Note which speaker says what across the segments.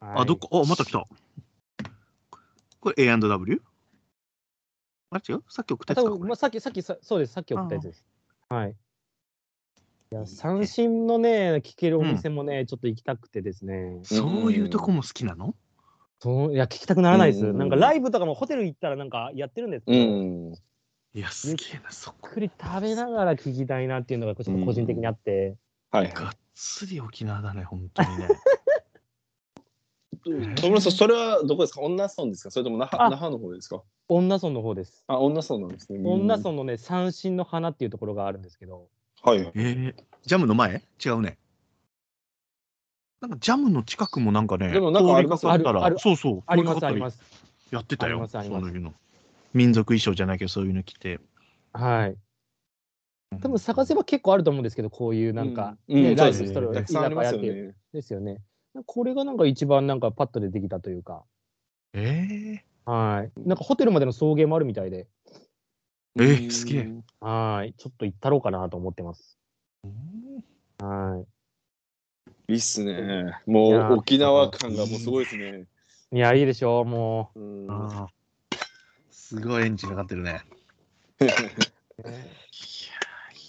Speaker 1: あ、どこ、お、また来た。これ A&W? あ、違うさっき送っ
Speaker 2: あ
Speaker 1: たやつ
Speaker 2: 多
Speaker 1: か。こ
Speaker 2: 分
Speaker 1: れ
Speaker 2: まあ、さっき、さっきさ、そうです、さっき送ったやつです。はい。い
Speaker 1: いい
Speaker 2: や、
Speaker 1: ね
Speaker 2: 三振のね、聞けるお店もね、ちょっと行きたくてですね。
Speaker 1: そういうとこも好きなの
Speaker 2: そういや、聞きたくならないです。
Speaker 3: うん
Speaker 2: なんかライブとかもホテル行ったら、なんかやってるんですけ
Speaker 3: う
Speaker 2: ど。
Speaker 3: ん。
Speaker 1: いや、すげえな、そ
Speaker 2: ゆっ
Speaker 1: こ。
Speaker 2: くり食べながら聞きたいなっていうのがちょっと個人的にあって、
Speaker 3: はい。
Speaker 1: がっつり沖縄だね、本当にね。
Speaker 3: トムさん、それはどこですか女村ですかそれとも那覇
Speaker 2: あ
Speaker 3: 那覇の方ですか
Speaker 2: 女村の方です。
Speaker 3: あ、女村なんですね。うん
Speaker 2: 女村のね、三振の花っていうところがあるんですけど、
Speaker 3: はいはい。
Speaker 1: えー、ジャムの前違うね。なんかジャムの近くもなんかね、
Speaker 3: でもなんかありま
Speaker 1: 通
Speaker 3: す
Speaker 1: りかかった
Speaker 2: あるあ
Speaker 1: ら、
Speaker 2: る
Speaker 1: そうそう、
Speaker 2: あります
Speaker 1: 通
Speaker 2: あ
Speaker 1: り
Speaker 2: り
Speaker 1: かか
Speaker 2: ま
Speaker 1: っ
Speaker 2: す。
Speaker 1: たりやってた
Speaker 2: あり
Speaker 1: よ、
Speaker 2: ます
Speaker 1: そ
Speaker 2: あります
Speaker 1: の時の。民族衣装じゃないけど、そういうの着て。
Speaker 2: はい。多分探せば結構あると思うんですけど、こういうなんか、
Speaker 3: うん
Speaker 2: ね
Speaker 3: うん
Speaker 2: ライブしたら
Speaker 1: そう
Speaker 3: た
Speaker 1: で
Speaker 3: くさんありますよ
Speaker 2: 居酒屋っていう
Speaker 3: ね。
Speaker 2: ですよね。これがなんか一番なんかパッと出てきたというか、
Speaker 1: え
Speaker 2: はい。なんかホテルまでの送迎もあるみたいで、
Speaker 1: えーすげえ
Speaker 3: うん
Speaker 2: はい。ちょっと行ったろうかなと思ってます。はい
Speaker 3: いっすね。
Speaker 2: い
Speaker 3: も
Speaker 2: や
Speaker 3: う沖縄感がもうすごいですね。。
Speaker 2: いや、いいでしょう、も
Speaker 3: うん
Speaker 1: ー、ああ。すごいエンジンかかってるね。
Speaker 2: う。
Speaker 3: いや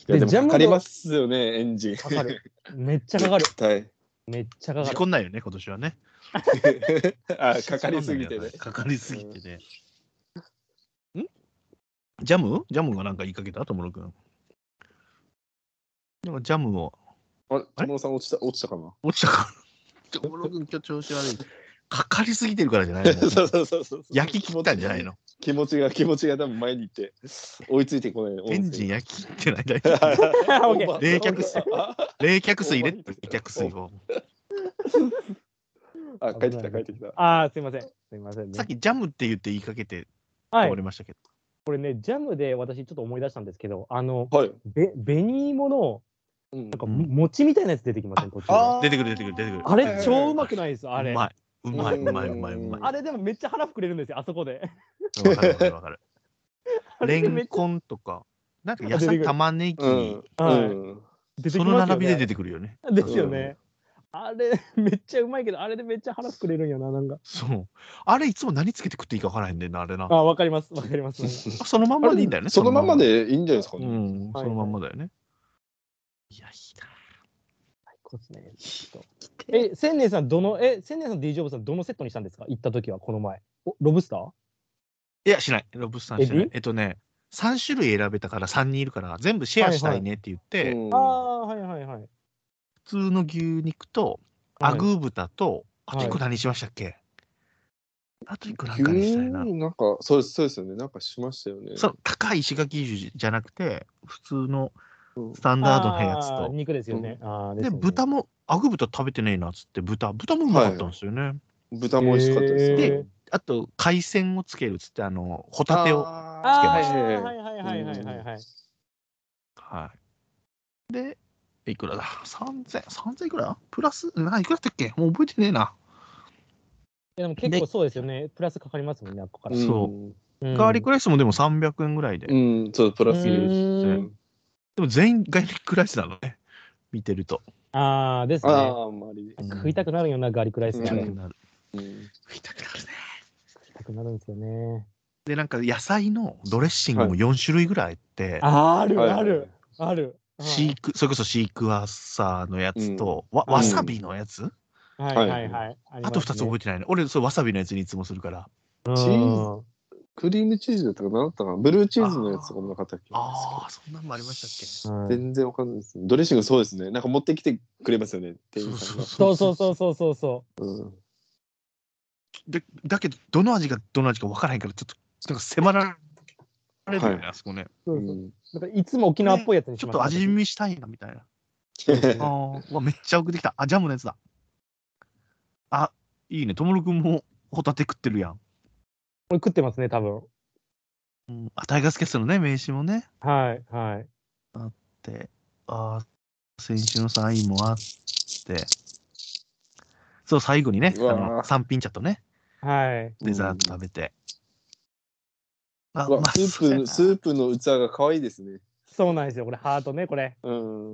Speaker 2: で
Speaker 3: で
Speaker 2: ジャムの
Speaker 3: もかかりますよね、エンジン。
Speaker 2: かかる。めっちゃかか る。
Speaker 3: 絶対。
Speaker 2: めっちゃかか
Speaker 1: 事
Speaker 2: る。
Speaker 1: 故んないよね、今年はね。
Speaker 3: あ、 かかりすぎてね。
Speaker 1: かかりすぎてね。んジャムジャムがなんか言いかけたともろくん。なんかジャムを
Speaker 3: あれ、トムさん落ちた、落ちたかな
Speaker 1: 落ちたから。ともろくん今日調子悪い。かかりすぎてるからじゃないの
Speaker 3: そうそうそうそう。
Speaker 1: 焼き切ったんじゃないの
Speaker 3: 気持ちが、気持ちが多分前に行って、追いついてこない。
Speaker 1: エンジン焼き切って ない。大
Speaker 3: オ
Speaker 1: 丈
Speaker 3: ーバー。
Speaker 2: オッケー
Speaker 1: 冷却水
Speaker 3: あ
Speaker 1: 夫冷却水入れ冷却水を。
Speaker 3: あ、帰ってきた、帰ってきた。
Speaker 2: ああ、すいません。すいません、ね。
Speaker 1: さっきジャムって言って言いかけて
Speaker 2: は
Speaker 1: 終
Speaker 2: い
Speaker 1: わり、ましたけど。
Speaker 2: これね、ジャムで私ちょっと思い出したんですけど、あの、
Speaker 3: はい。
Speaker 2: べ紅芋の、
Speaker 3: うん
Speaker 2: なんか、
Speaker 1: うん
Speaker 2: 餅みたいなやつ出てきません、途中で。あ
Speaker 1: 出てくる出てくる出てくる。
Speaker 2: れ、超うまくないです、あれ。
Speaker 1: うまい。うまいうまいうまいうまい。
Speaker 2: あれでもめっちゃ腹膨れるんですよ、あそこで。
Speaker 1: わかるわかるわか る。
Speaker 2: あ
Speaker 1: レ
Speaker 2: れめっ
Speaker 1: ン
Speaker 2: ちゃ
Speaker 1: コンとか、なんか
Speaker 2: あ
Speaker 1: 野
Speaker 2: 出てく
Speaker 1: 菜、
Speaker 2: る
Speaker 1: 玉ねぎ、
Speaker 3: うん。うん。
Speaker 2: 出て
Speaker 1: そ
Speaker 2: き
Speaker 1: の
Speaker 2: ますよ
Speaker 1: 並びで出
Speaker 2: ね。
Speaker 1: てくるよね。
Speaker 2: ですよね。あれ、 めっちゃうまいけど、あれでめっちゃ腹膨れるんやな、なんか。
Speaker 1: そう。あれいつも何つけて食っていいか分からへんねんな、あれな。
Speaker 2: あ、わかります、わかり ます。
Speaker 1: そのまんまでいいんだよね。
Speaker 3: そのまま。でいいんじゃないですか
Speaker 1: う
Speaker 3: ね。
Speaker 1: ん、
Speaker 2: はい
Speaker 1: そのまんまだよね。いや、ひだ。
Speaker 2: 最高ですね。ちょっとえ、千年さん、どの、え、千年さん、D ・ジョブさん、どのセットにしたんですか行った時は、この前。おロブスター
Speaker 1: いや、しない。ロブスターしな
Speaker 2: エ
Speaker 1: い
Speaker 2: ビ。
Speaker 1: えっとね、3種類選べたから3人いるから、全部シェアしたいねって言って、
Speaker 3: うん
Speaker 2: ああ、はいはいはい。
Speaker 1: 普通の牛肉と、アグー豚と、あと1個
Speaker 2: は
Speaker 1: 何しましたっけ、あと1個なん
Speaker 3: 急
Speaker 1: かにしたい
Speaker 3: に
Speaker 1: な。
Speaker 3: なんか、そうです、そうですよね。なんかしましたよね。
Speaker 1: そう高い石垣牛じゃなくて、普通の
Speaker 3: うん
Speaker 1: スタンダードなやつ
Speaker 2: あー
Speaker 1: と。
Speaker 2: 肉ですよね。あー
Speaker 1: で、
Speaker 2: すよね
Speaker 1: 豚も、アグ豚食べてねえなっつって、豚、豚もうまかったんですよね。
Speaker 3: 豚も美味しかったです
Speaker 2: へ
Speaker 3: ね
Speaker 2: ー。
Speaker 1: あと、海鮮をつけるっつって、あの、ホタテを。
Speaker 2: あ
Speaker 3: あ
Speaker 2: あ
Speaker 3: ーつけま
Speaker 2: ー
Speaker 3: した
Speaker 2: はいはいはいはいはいはい。
Speaker 1: はい。で、いくらだ ?3000、3000いくらプラス、ないくらだったっけもう覚えてねえな。
Speaker 2: でも結構そうですよね。プラスかかりますもんね、あっこから。
Speaker 1: んそガーリック
Speaker 2: らい
Speaker 1: ライスもでも300円ぐらいで。
Speaker 3: う
Speaker 1: で
Speaker 3: ん、そう、プラス。
Speaker 2: うん
Speaker 1: も全員ガーリックライスなのね。見てると。
Speaker 2: ああ、です
Speaker 3: あ
Speaker 2: ね。
Speaker 3: あ、あんまり。
Speaker 1: うん
Speaker 2: 食いたくなるよな、ガーリックライス
Speaker 3: う
Speaker 1: 食
Speaker 3: ん
Speaker 1: い
Speaker 2: ねあ
Speaker 1: た
Speaker 2: れ
Speaker 1: くなる。
Speaker 3: うん
Speaker 1: 食いたくなるね。
Speaker 2: 食いたくなるんですよね。
Speaker 1: で、なんか野菜のドレッシングも4種類ぐらいあって、
Speaker 2: あーある
Speaker 3: はい
Speaker 2: あるある。
Speaker 1: シーク、それこそシークワーサーのやつと、わ
Speaker 2: うん
Speaker 1: わさびのやつ、
Speaker 2: はい
Speaker 3: は
Speaker 2: はいいはいはい。
Speaker 1: あと2つ覚えてないね。俺、そうわさびのやつにいつもするから。
Speaker 2: え
Speaker 3: チークリームチーズだったかな何だったかなブルーチーズのやつとかもなかったっけ
Speaker 1: ああ、そんなんもありましたっ
Speaker 3: 全然わかんないですね。ドレッシングそうですね。なんか持ってきてくれますよね。
Speaker 1: け
Speaker 3: 店員さんが。
Speaker 2: そうそうそうそうそうそ
Speaker 3: うん
Speaker 1: でだけど、どの味がどの味か分からへんから、ちょっと、なんか迫られるよね、
Speaker 3: は
Speaker 1: あそこね。
Speaker 2: う。そう
Speaker 3: う
Speaker 2: そ
Speaker 3: ん
Speaker 2: うなんかいつも沖縄っぽいやつに
Speaker 1: ち
Speaker 2: し
Speaker 1: ょっ
Speaker 2: ま
Speaker 1: と味
Speaker 2: 見
Speaker 1: 見したいな、みたいな。ああ、うわ、めっちゃ送ってきた。あ、ジャムのやつだ。あ、いいね。ともるくんもホタテ食ってるやん。
Speaker 2: これ食ってますね、多分。
Speaker 1: うん、あ、タイガースキャストのね、名刺もね。
Speaker 2: はいはい。
Speaker 1: って、あー先週のサインもあって、そう、最後にね、あ
Speaker 3: うわー
Speaker 1: の3品茶とね、
Speaker 2: はい。
Speaker 1: デザート食べて。あ
Speaker 3: うわスー
Speaker 1: そうや
Speaker 3: プ、
Speaker 1: な
Speaker 3: スープの器が可愛いですね。
Speaker 2: そうなんですよ、これ、ハートね、これ。
Speaker 3: う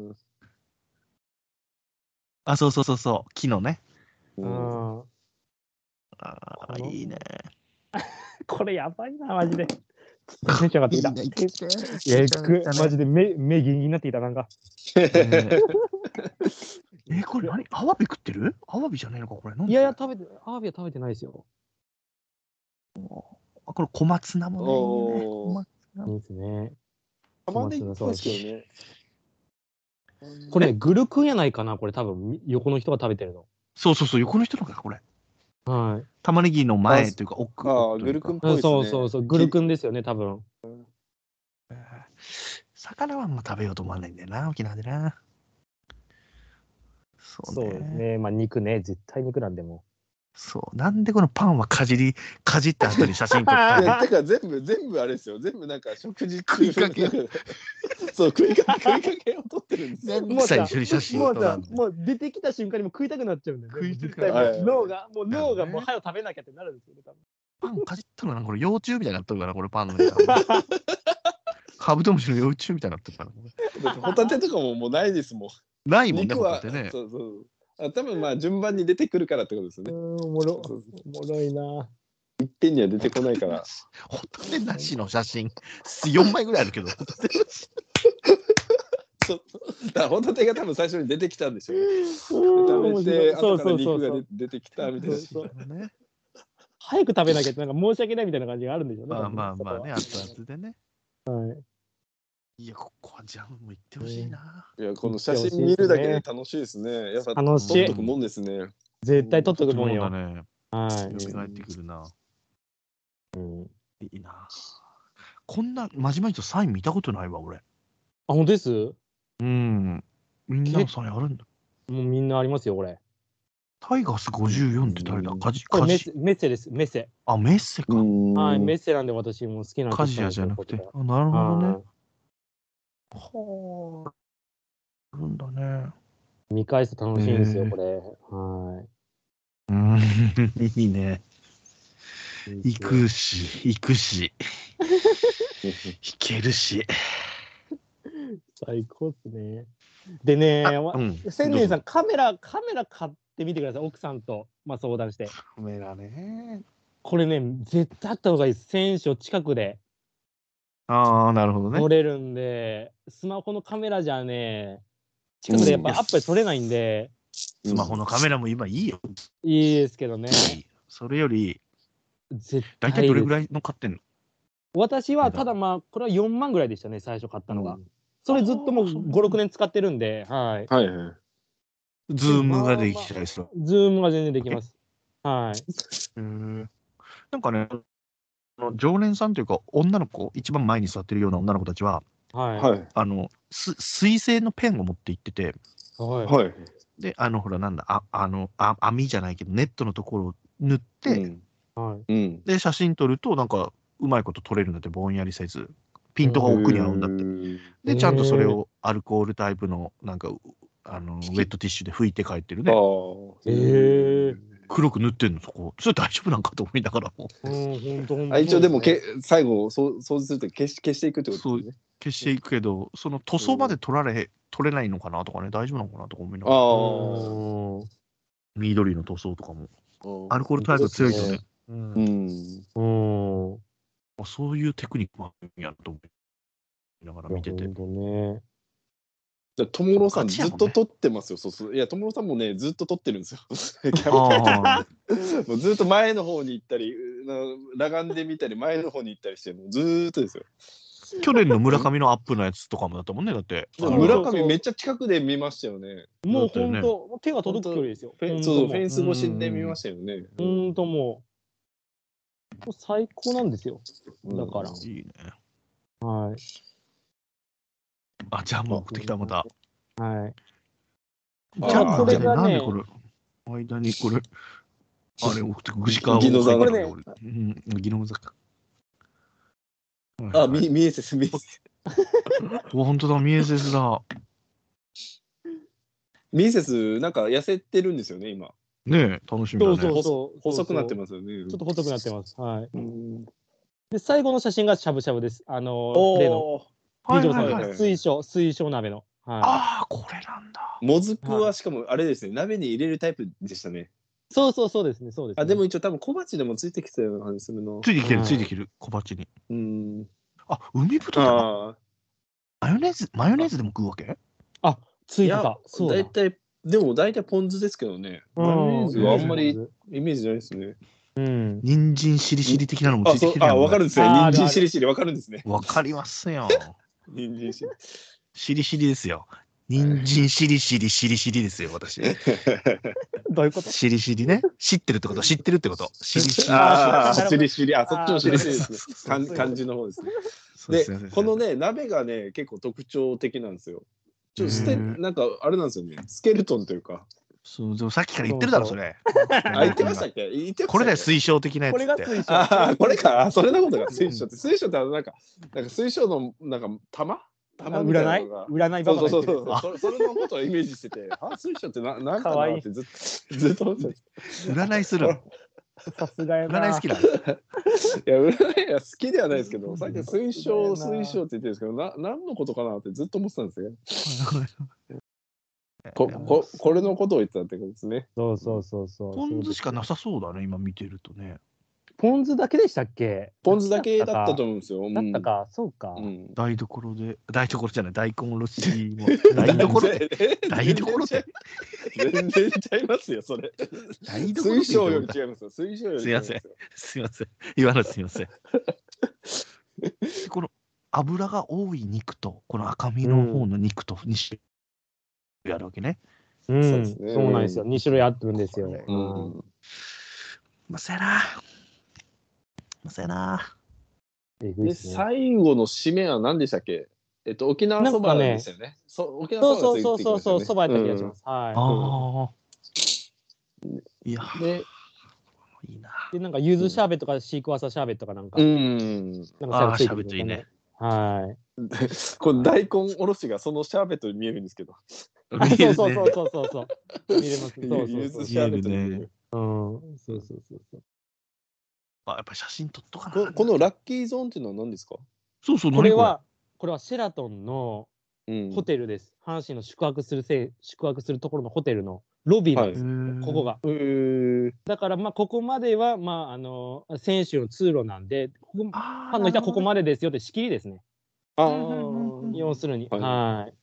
Speaker 3: ん。
Speaker 1: あ、そうそうそうそう、木のね。
Speaker 2: う
Speaker 3: うん
Speaker 2: ん。
Speaker 1: あ
Speaker 2: こ
Speaker 1: ー
Speaker 2: の
Speaker 1: いいね。
Speaker 2: これやばいな、マジで。テンション上がってきた。
Speaker 1: いいねいけて
Speaker 2: いや、えぐマジで目、目ギンギンになっていた、なんか。
Speaker 1: ねえ、これ何アワビ食ってるアワビじゃねえのかこれ。なん だ
Speaker 2: いやいや、食べて、アワビは食べてないですよ。
Speaker 1: あこれ小松菜もないよね
Speaker 3: おー
Speaker 1: 小松
Speaker 2: いいですね。
Speaker 3: 玉ねぎっぽいですけどね。
Speaker 2: これね、グルクンやないかな、これ多分、み横の人が食べてるの。
Speaker 1: そうそうそう、横の人のか、これ。
Speaker 2: はい。
Speaker 1: 玉ねぎの前というか、奥。
Speaker 3: あ
Speaker 1: 奥と
Speaker 3: あ、
Speaker 1: い
Speaker 3: グ
Speaker 1: う
Speaker 3: ル
Speaker 1: か
Speaker 3: クンっぽい
Speaker 2: うん
Speaker 3: ですね。
Speaker 2: そうそうそう、グルクンですよね、多分。
Speaker 1: 魚はあんま食べようと思わないんだよな、沖縄でな。そう
Speaker 2: そう
Speaker 1: ね。
Speaker 2: で
Speaker 1: そう
Speaker 2: すね。まあ、肉ね、絶対肉なんでも
Speaker 1: なんでこのパンはかじり、かじった後に写真撮った
Speaker 3: い
Speaker 1: の
Speaker 3: やてか全部全部あれですよ全部なんか食事食
Speaker 1: いかけ
Speaker 3: そう食いかけ食いかけを取ってるんですよ
Speaker 1: 全部さ、一緒に写真
Speaker 2: も
Speaker 1: 撮
Speaker 2: う
Speaker 1: った
Speaker 2: さ
Speaker 1: ん、だよ
Speaker 2: もう出てきた瞬間にもう食いたくなっちゃうんだよ
Speaker 1: 食
Speaker 2: ね。
Speaker 1: いた
Speaker 2: 絶
Speaker 1: くな
Speaker 2: 対
Speaker 1: る
Speaker 2: も
Speaker 3: は
Speaker 2: う脳
Speaker 3: い
Speaker 2: が、もう脳が
Speaker 1: なるね
Speaker 2: もう早く食べなきゃってなるんですよね、多分。
Speaker 1: パンかじったのがなんかこれ幼虫みたいになっとるから、これパンの 枝。カブトムシの幼虫みたいになっとるから。これ
Speaker 3: だってホタテとかももうないですもん
Speaker 1: ないもんね、
Speaker 3: 肉
Speaker 1: ホタ
Speaker 3: は
Speaker 1: テね。
Speaker 3: そうそうあ多分まあ順番に出てくるからってことですよ
Speaker 2: う
Speaker 3: ね
Speaker 2: ん、おもろ、おもろいな。
Speaker 3: 手には出てこないから
Speaker 1: ホタテなしの写真、4枚ぐらいあるけど、ホタテなし。
Speaker 3: そうだからホタテが多分最初に出てきたんでしょうね
Speaker 2: 食
Speaker 3: 食べて
Speaker 2: そ
Speaker 3: 後
Speaker 2: う
Speaker 3: か
Speaker 2: そ
Speaker 3: ら
Speaker 2: うそ
Speaker 3: 肉
Speaker 2: う
Speaker 3: が
Speaker 2: そ
Speaker 3: 出
Speaker 2: う。
Speaker 3: 出てきたみたいな
Speaker 2: そうそう
Speaker 1: ね、
Speaker 2: 早く食べなきゃって、なんか申し訳ないみたいな感じがあるんでしょうね。
Speaker 1: まあ
Speaker 2: 多分
Speaker 1: まあまあね、
Speaker 2: そ
Speaker 1: 熱々でね。いや、ここはジャムも行ってほしいな。
Speaker 3: いやこの写真見るだけで楽しいですねやっぱ
Speaker 2: こは楽し
Speaker 3: 取
Speaker 2: い
Speaker 3: っと。くもんですね
Speaker 2: 絶対取っとくもん
Speaker 1: そう
Speaker 2: よ。
Speaker 1: だね。
Speaker 2: は
Speaker 1: 蘇ってくるな。
Speaker 2: い。うん
Speaker 1: いいな。こんなまじまじとサイン見たことないわ、俺。
Speaker 2: あ、本当ですも
Speaker 1: うん。みんなのサインあるんだ。
Speaker 2: うみんなありますよ、これ。
Speaker 1: タイガース54って誰だ
Speaker 3: うん
Speaker 1: カジ、
Speaker 2: これ
Speaker 1: カ
Speaker 2: メッ
Speaker 1: ジ
Speaker 2: セ、メッセです、メッセ。
Speaker 1: あ、メッセか。
Speaker 2: はい、メ
Speaker 3: め
Speaker 2: ッセなんで私も好きなんです
Speaker 1: カジヤじゃなくて。
Speaker 2: こ
Speaker 1: あなる
Speaker 2: れ
Speaker 1: ほどね。
Speaker 2: は
Speaker 1: はあ。あるんだね。
Speaker 2: い見返すと楽しいんですよ
Speaker 1: へ、ー
Speaker 2: これ。は
Speaker 1: うん、いいね。
Speaker 2: い。
Speaker 1: 行。くし、行くし、行けるし。
Speaker 2: 最高っすね。でね、わ
Speaker 1: ん
Speaker 2: 千年さん、カメラ、カメラ買ってみてください、奥さんと、まあ、相談して。
Speaker 1: カメラね。
Speaker 2: これね、絶対あった方がいいです。選手を近くで
Speaker 1: ああ、なるほどね
Speaker 2: 撮。れるんで、スマホのカメラじゃね、近くでやっぱアップで撮れないんで、
Speaker 1: スマホのカメラも今いいよ。
Speaker 2: いいですけどね。
Speaker 1: それより、
Speaker 2: 絶対
Speaker 1: 大体どれぐ
Speaker 2: いいで
Speaker 1: らいの買ってんの
Speaker 2: す私は、ただまあ、これは4万ぐらいでしたね、最初買ったのが。それずっともう
Speaker 1: あー
Speaker 2: 5、6年使ってるんで、はい。
Speaker 3: はいはい
Speaker 1: ズームができたりする。
Speaker 2: ズームが全然できます。はい。
Speaker 1: へーなんかね、あの常連さんというか、女の子、一番前に座ってるような女の子たちは、
Speaker 2: はい。
Speaker 3: はい
Speaker 1: あの、す水性のペンを持って行ってて、
Speaker 2: はい。
Speaker 3: はい
Speaker 1: で、あの、ほら、なんだ、ああのあ、網じゃないけど、ネットのところを塗って、
Speaker 3: うん
Speaker 2: はい
Speaker 3: うん
Speaker 1: で、写真撮ると、なんか、うまいこと撮れるんだって、ぼんやりせず、ピントが奥に合うんだって。
Speaker 3: て
Speaker 1: で、ちゃんとそれをアルコールタイプの、なんか、うあのウェットティッシュで拭いて帰ってるね。
Speaker 3: ああ。
Speaker 2: へえ
Speaker 1: 黒く塗ってんの、そこ。それ大丈夫なんかと思いながらも。
Speaker 2: うん、ほんとほんと
Speaker 3: あ一応でも
Speaker 2: そう
Speaker 3: け
Speaker 2: す
Speaker 3: 最後そう掃除するとき消し消していくってことですね。
Speaker 1: 消していくけど、その塗装まで取られ、取れないのかなとかね、大丈夫なのかなとか思いな
Speaker 3: あ
Speaker 1: がら。
Speaker 3: あ。
Speaker 2: ね
Speaker 1: 緑の塗装とかも。アル
Speaker 3: コ
Speaker 1: コールタイプ強いとね、
Speaker 2: う。
Speaker 3: うんん。
Speaker 2: うん。うん
Speaker 1: あそういうテクニックもあるんやと思いながら見て
Speaker 2: い
Speaker 1: て
Speaker 2: や。ほんとね。
Speaker 3: じゃあトモロさん
Speaker 1: 勝ち
Speaker 3: ず
Speaker 1: や
Speaker 3: っ
Speaker 1: もんね
Speaker 3: と撮ってますよ。そうそう。いやトモロさんもねずっと撮ってるん ですよ。
Speaker 1: ああ、
Speaker 3: もうずっと前の方に行ったり、な裸眼で見たり前の方に行ったりしてもうずーっとですよ。
Speaker 1: 去年の村上のアップのやつとかもだったもんね、だって。
Speaker 2: そう
Speaker 1: あの
Speaker 3: 村上めっちゃ近くで見ましたよね。
Speaker 2: もうほ
Speaker 1: だっ
Speaker 2: ん
Speaker 1: たよね
Speaker 2: と、手が届く距離ですよ。
Speaker 3: フェ
Speaker 2: ほん
Speaker 3: ン
Speaker 2: と
Speaker 3: そうそうフ
Speaker 2: もう
Speaker 3: ェンス越しで見ましたよね。
Speaker 2: ほんともう。もう最高なんですよ。
Speaker 3: うん
Speaker 2: だから
Speaker 1: いいね。
Speaker 2: は
Speaker 1: あ、ジャム送ってきた、また。
Speaker 2: い。はい。
Speaker 1: ジ
Speaker 3: あ
Speaker 1: ャム、
Speaker 3: こ
Speaker 1: ジ
Speaker 3: れ
Speaker 1: ャム、
Speaker 2: が
Speaker 1: なん
Speaker 2: ね
Speaker 1: でこれ、間に これ、あれ送ってく、ぐじかを。
Speaker 3: ギノザだね
Speaker 1: 俺うん、ギノザか。
Speaker 3: あみ見えせす見えせ
Speaker 1: うわ本当だ、ミエセスだ。
Speaker 3: ミセスなんか痩せてるんですよね今
Speaker 1: ねえ、楽しみだ
Speaker 2: そ
Speaker 1: ね。
Speaker 2: うそうそう。。
Speaker 3: 細くなってますすよね
Speaker 2: ちょっと細くなってます。はい。
Speaker 3: うん
Speaker 2: で、最後の写真がしゃぶしゃぶです。あのー、例の、
Speaker 3: おー
Speaker 2: 二
Speaker 1: はい
Speaker 2: 条
Speaker 1: は
Speaker 2: さん
Speaker 1: いはい
Speaker 3: は
Speaker 2: の
Speaker 3: い
Speaker 2: 水晶、水晶鍋の。はい。
Speaker 1: ああ、これなんだ。
Speaker 3: もずく
Speaker 2: は
Speaker 3: はしかもあれですね、鍋に入れるタイプでしたね。
Speaker 2: そうそうそうですね、そうです、ね。
Speaker 3: あ、でも、一応多分小鉢でもついてきたような感じするの。
Speaker 1: ついてきて
Speaker 2: う
Speaker 1: る、
Speaker 2: ん
Speaker 1: ついてきてる、小鉢に。
Speaker 3: うん。
Speaker 1: あ、海ぶどうだな
Speaker 3: あ
Speaker 1: マヨネーズ、マヨネーズでも食うわけ
Speaker 3: あ。
Speaker 2: ついてた。そうだ
Speaker 3: 大体、でも大体ポン酢ですけどね。マヨネーズはあんまり。イメージないですね。
Speaker 2: うん。
Speaker 1: 人参しりしり的なのも
Speaker 3: あ、
Speaker 1: ついて
Speaker 3: そ
Speaker 1: き、
Speaker 3: う
Speaker 1: てるや
Speaker 3: あ、
Speaker 1: ん
Speaker 3: わかるんですね。
Speaker 2: あーあ
Speaker 3: 人
Speaker 2: るあ
Speaker 3: 参
Speaker 2: る
Speaker 3: しりしりわかるんですね。
Speaker 1: わかります よ。
Speaker 3: 人参しり。
Speaker 1: しりしりですよ。人参しりしりしりしりですよ、私。
Speaker 2: どういうこと
Speaker 1: しりしりね。知ってるってこと、知ってるって こと。しりしり。
Speaker 3: あ
Speaker 2: なる
Speaker 3: あ、
Speaker 2: ほど
Speaker 3: しりしり。あ、そっちもしりしりです
Speaker 1: あー
Speaker 3: ね
Speaker 1: そうそう。そう
Speaker 3: 漢漢字の方ですね。
Speaker 1: そう
Speaker 3: で
Speaker 1: ですね、
Speaker 3: この、ね、鍋がね、結構特徴的なんですよ。ちょっと捨て、
Speaker 1: うん
Speaker 3: なんか、あれなんですよね。スケルトンというか。
Speaker 1: そう、でもさっきから言ってるだろ、それ。
Speaker 3: あ、言ってましたっけ言ってましたっけ
Speaker 1: これだよ、推奨的なやつ
Speaker 2: これ
Speaker 1: っ
Speaker 2: が
Speaker 1: て。
Speaker 2: 水晶。
Speaker 3: ああ、これか。あそれのことが水晶って。水晶ってあの、なんか、なんか水晶の、なんか、玉玉みたいな
Speaker 2: 占い
Speaker 3: のが。
Speaker 2: 占い
Speaker 3: そ
Speaker 2: バ
Speaker 3: う
Speaker 2: カ
Speaker 3: そう
Speaker 2: が
Speaker 3: そ
Speaker 2: 言って
Speaker 3: う
Speaker 2: るやつ
Speaker 3: そう。それそれのことをイメージしてて、あ、水晶ってな、なんか
Speaker 2: かわ
Speaker 3: ないっ
Speaker 2: い
Speaker 3: てずっと、ずっと思って
Speaker 1: 占いするの。
Speaker 2: さすがやな。
Speaker 1: 占い好きだ。
Speaker 3: た。いや、占いは好きではないですけど、さっき水
Speaker 2: そ
Speaker 3: 晶、
Speaker 2: うだよな
Speaker 3: 水晶って言ってるんですけど、な、何のことかなってずっと思ってたんですね。こ、こ、これのことを言ってたってことですね。
Speaker 2: そうそうそうそう。
Speaker 1: ポン酢しかなさそうだね、今見てるとね。
Speaker 2: ポン酢だけでしたっけ
Speaker 3: ポン酢だけだったと思うんですよ。
Speaker 2: だったか、そうか。
Speaker 3: うん。うん。
Speaker 1: 台所で、台所じゃない、大根おろしも。 台所で、台所で、
Speaker 3: 全然ちゃいますよ、それ。
Speaker 1: 台所で。
Speaker 3: 水晶より違いますよ。水晶より違いますよ。
Speaker 1: すいません。 言わないすいません。この油が多い肉と、この赤身の方の肉と2種類あるわけね。
Speaker 2: うん
Speaker 3: そうですね
Speaker 2: そうなんですよ。
Speaker 3: う
Speaker 2: 2種類あってるんですよ。
Speaker 1: こ
Speaker 3: うん。
Speaker 1: うまそうやな。うまそうやな。
Speaker 2: えぐい
Speaker 3: で、
Speaker 2: っすね
Speaker 3: 最後の締めは何でしたっけえっと、沖縄そばなんですよね。そう、沖
Speaker 2: そ
Speaker 3: 縄
Speaker 2: う
Speaker 3: そば
Speaker 2: そ
Speaker 3: が
Speaker 2: う
Speaker 3: つ
Speaker 2: そう
Speaker 3: いてき
Speaker 2: そうそう、そ
Speaker 3: ましたよね
Speaker 2: ばやった気がします。は
Speaker 1: ああ。いや、
Speaker 3: うんで、
Speaker 1: いいな。
Speaker 2: い。で、なんか、ゆずシャーベットとか、シークワーサーシャーベットとかなんか、
Speaker 3: うん。
Speaker 2: なんか
Speaker 1: ああ、
Speaker 2: そう
Speaker 1: し
Speaker 2: いう
Speaker 1: ゃ
Speaker 2: の
Speaker 1: べ
Speaker 2: つ
Speaker 1: っ
Speaker 2: いてる
Speaker 1: といい
Speaker 2: んで
Speaker 1: ね
Speaker 2: す。かね。はい。
Speaker 3: この大根おろしがそのシャーベットに見えるんですけど。
Speaker 2: あそうそう
Speaker 1: い
Speaker 2: そう
Speaker 1: いですね
Speaker 2: そうそうそう。見れます。そうそうそう。
Speaker 3: ゆ
Speaker 2: う
Speaker 3: ず
Speaker 2: ん。
Speaker 3: シャーベットに見える。
Speaker 2: そうそうそうそう。
Speaker 1: あやっぱり写真撮っとか
Speaker 3: こ
Speaker 1: な。
Speaker 3: このラッキーゾーンっていうのは何ですか
Speaker 1: そうそう、
Speaker 2: これ
Speaker 1: 何
Speaker 2: は、これはシェラトンの
Speaker 3: うん
Speaker 2: ホテルです。阪神の宿泊するせい宿泊するところのホテルのロビーなんですよ、
Speaker 1: はい
Speaker 2: ここが。
Speaker 3: へー
Speaker 2: だから、まあ、ここまでは、まあ、あの、選手の通路なんで、ここフ
Speaker 1: あー
Speaker 2: ァンの人はここまでですよって仕切りですね。
Speaker 3: あ
Speaker 1: うん
Speaker 3: ー
Speaker 2: 要するに。
Speaker 3: はい
Speaker 2: はい。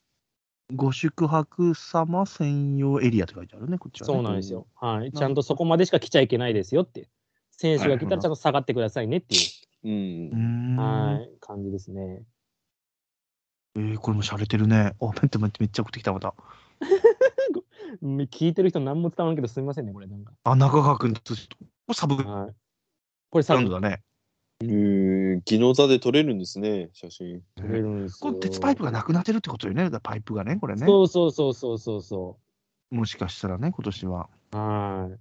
Speaker 1: ご宿泊様専用エリアって書いてあるね、こっちはね、
Speaker 2: そうなんですよ。はい。ちゃんとそこまでしか来ちゃいけないですよって。選手が来たらちゃんと下がってくださいねっていう
Speaker 3: うん
Speaker 1: うー。ん
Speaker 2: う、はい、感じですね。
Speaker 1: えー、これも洒落てるね。あ、待って待って、めっちゃ送ってきた、また。
Speaker 2: うん聞いてる人何も伝わらんけどすみませんね、これなんか。
Speaker 1: あ、中川君と、これサブグ
Speaker 2: はい。これ
Speaker 1: ラ
Speaker 2: サ
Speaker 1: ウ
Speaker 2: ブ
Speaker 1: ンドだね。
Speaker 3: えー、技能座で撮れるんですね、写真。
Speaker 2: 取れるんです
Speaker 1: こ
Speaker 2: よ。
Speaker 1: れ鉄パイプがなくなってるってことよね、パイプがね、これね。
Speaker 2: そうそうそうそうそうそ
Speaker 1: もしかしたらね、今年は。
Speaker 2: う。はい。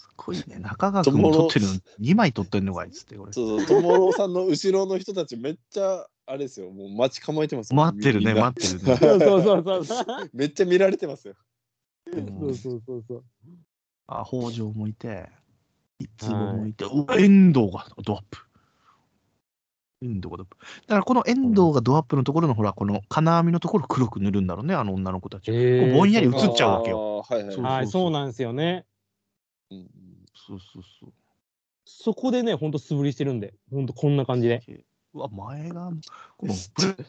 Speaker 1: すごいね、中川君も撮ってるの、2枚撮ってんのかいっつって、これ。
Speaker 3: そうそう、友郎さんの後ろの人たち、めっちゃ、あれですよ、もう待ち構えてますよ
Speaker 1: 待ってるね、
Speaker 3: みんな
Speaker 1: 待ってるね。
Speaker 2: そうそうそうそう そう。
Speaker 3: めっちゃ見られてますよ。
Speaker 1: う
Speaker 2: そ
Speaker 1: ん
Speaker 2: うそうそうそう。
Speaker 1: あ、北条もいて、いつももいて、うわ遠藤がドアップ。遠藤がドアップ。だからこの遠藤がドアップのところの、ほら、この金網のところ黒く塗るんだろうね、あの女の子たち。
Speaker 2: え
Speaker 1: ぼんやり映
Speaker 2: そう
Speaker 1: っちゃうわけ
Speaker 3: よ。はいはい
Speaker 1: そう
Speaker 3: はい
Speaker 2: はい、そうなんですよね。
Speaker 3: うん
Speaker 1: そうそうそう。
Speaker 2: そこでね、ほんと素振りしてるんで、ほんとこんな感じで。
Speaker 1: うわ、前が、このブレブ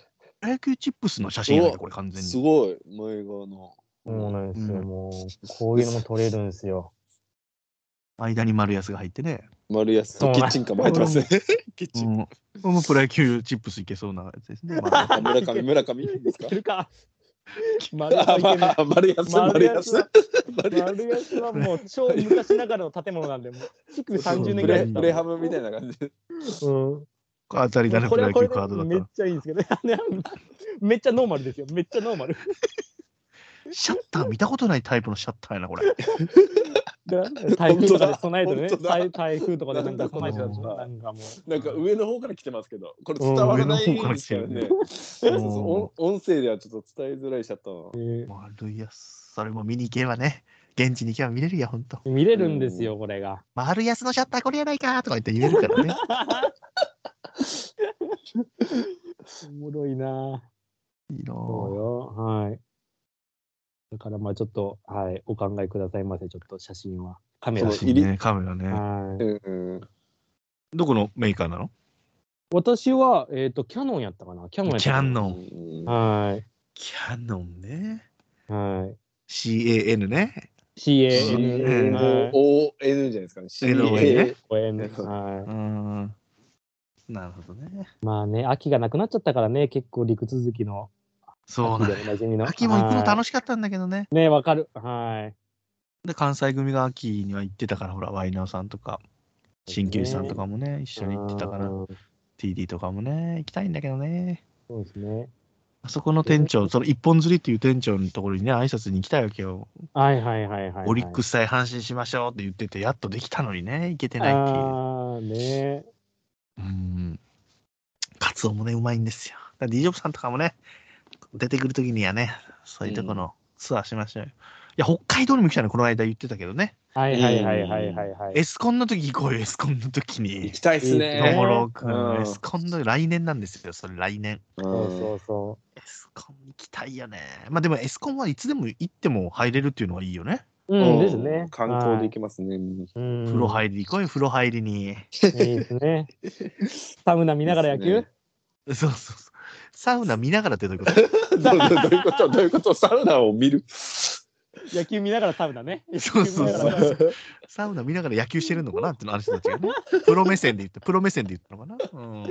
Speaker 1: レーキチップスの写真やね、
Speaker 3: うわ
Speaker 1: これ完全
Speaker 3: す
Speaker 1: に。
Speaker 3: ごい、前側の。
Speaker 2: そうなんですよ、
Speaker 1: うん
Speaker 2: もう、こういうのも取れるんですよ。
Speaker 1: 間に丸安が入ってね。
Speaker 3: 丸安とキッチンカー巻いてますね。 キッチ
Speaker 1: う
Speaker 3: ン。
Speaker 1: ん、もうプロ野球チップスいけそうなやつですね。ま あ
Speaker 3: あ村上、村上ですか
Speaker 2: いけ。るか。丸
Speaker 3: あ
Speaker 2: 安はいけない
Speaker 3: まあ丸安、丸
Speaker 2: 丸
Speaker 3: 安
Speaker 2: 安は。
Speaker 3: 丸安
Speaker 2: 丸安はもう超昔ながらの建物なんで、もう築30年ぐらい
Speaker 1: だ
Speaker 3: プ
Speaker 1: っ
Speaker 3: レ
Speaker 1: た
Speaker 3: プレハブみたいな感じ。
Speaker 2: うん、
Speaker 1: 当たりだね、プ
Speaker 2: これ
Speaker 1: ロ
Speaker 2: は
Speaker 1: 野
Speaker 2: こ
Speaker 1: 球
Speaker 2: れ
Speaker 1: カードだ
Speaker 2: でめ
Speaker 1: った
Speaker 2: っ
Speaker 1: ら。
Speaker 2: ちゃいいんですけどね。めっちゃノーマルですよ。めっちゃノーマル。
Speaker 1: シャッター見たことないタイプのシャッターやな、これ。
Speaker 2: 台風とかで備えてね
Speaker 3: 本当だ
Speaker 2: 台、台風とかでなんか備えてる
Speaker 1: なんだこ
Speaker 2: な
Speaker 3: の
Speaker 2: んかもう。
Speaker 3: なんか上の方から来てますけど、これ伝わらないですからね。そうそうそう音音声ではちょっと伝えづらいしちゃったな。
Speaker 1: 丸安、それも見に行けばね、現地に行けば見れるや、ほんと。
Speaker 2: 見れるんですよ、これが。
Speaker 1: 丸安のシャッターこれやないかとか言って言えるからね。
Speaker 2: おもろいなぁ。
Speaker 1: いいな
Speaker 2: そう
Speaker 1: ぁ
Speaker 2: よ。はい。だからまあちょっと、はい、お考えくださいませ、ちょっと写真は。カメラ
Speaker 3: そ
Speaker 2: で
Speaker 3: う
Speaker 1: 写
Speaker 2: す。
Speaker 1: 真ね、カメラね。
Speaker 2: はい
Speaker 3: うんうん
Speaker 1: どこのメーカーなの
Speaker 2: 私は、えっ、と、キャノンやったかなキャノンやった
Speaker 1: キ
Speaker 2: か
Speaker 1: ャ
Speaker 2: な
Speaker 1: ノン。
Speaker 3: うん
Speaker 2: はい。
Speaker 1: キャノンね。
Speaker 2: はい。
Speaker 1: CAN ね。
Speaker 2: CA。
Speaker 1: CN
Speaker 2: はい。
Speaker 3: O- ON じゃないですかね。
Speaker 1: NON ね
Speaker 2: CN は
Speaker 1: うん。なるほどね。
Speaker 2: い。まあね、秋がなくなっちゃったからね、結構陸続きの
Speaker 1: そう
Speaker 2: 秋
Speaker 1: なん
Speaker 2: でおなじみの。
Speaker 1: 秋も行くの楽
Speaker 2: し
Speaker 1: しかったんだけどね。
Speaker 2: い。ね、わかる。はい。
Speaker 1: で、関西組が秋には行ってたから、ほら、ワイナーさんとか、鍼灸師さんとかもね、一緒に行ってたから、
Speaker 2: うん
Speaker 1: TD とかもね、行きたいんだけどね。
Speaker 2: そうですね。
Speaker 1: あそこの店長、その一本釣りっていう店長のところにね、挨拶に行きたいわけよ。
Speaker 2: はいはいはいはいはい。
Speaker 1: オリック
Speaker 2: ス
Speaker 1: ス対阪神しましょうって言ってて、やっとできたのにね、行けて
Speaker 2: じ
Speaker 1: ないっていう。
Speaker 2: ああ、ね。
Speaker 1: うん。カツオもね、うまいんですよ。だから D ジョブさんとかもね、出てくるときにはね、そういうとこのツアーしましょうよ。いや、北海道にも来たね、この間言ってたけどね。
Speaker 2: はいはいはいはいはいはい。
Speaker 1: エスコンの時行こうよ、エスコンの時に
Speaker 3: 行き。たいっす
Speaker 2: え
Speaker 1: ト
Speaker 2: ーいい
Speaker 1: モ
Speaker 2: と
Speaker 3: ね。
Speaker 1: ロー君、エスコンの来年なんですよ、それ来年。
Speaker 2: そうそうそ
Speaker 1: エスコン行きたいよね。まあでもエスコンはいつでも行っても入れるっていうのはいいよね。
Speaker 2: う。うんですね。
Speaker 3: 観光で行
Speaker 2: き
Speaker 3: きますね。
Speaker 2: うん。
Speaker 1: 風呂入りに行こうよ、風呂入りに。
Speaker 2: いいですね。 サウナ見ながら野
Speaker 3: いいっ
Speaker 2: 球
Speaker 3: す
Speaker 1: そうそうそう。サウナ見ながらってどういうこと
Speaker 3: どうどうどういうことどういうことサウナを見る。
Speaker 2: 野球見ながらサウナね。
Speaker 1: そうそうそう
Speaker 3: う。
Speaker 1: サウナ見ながら野球してるのかなってのあの人たちがね。プロ目線で言って、プロ目線で言ったのかな。うん、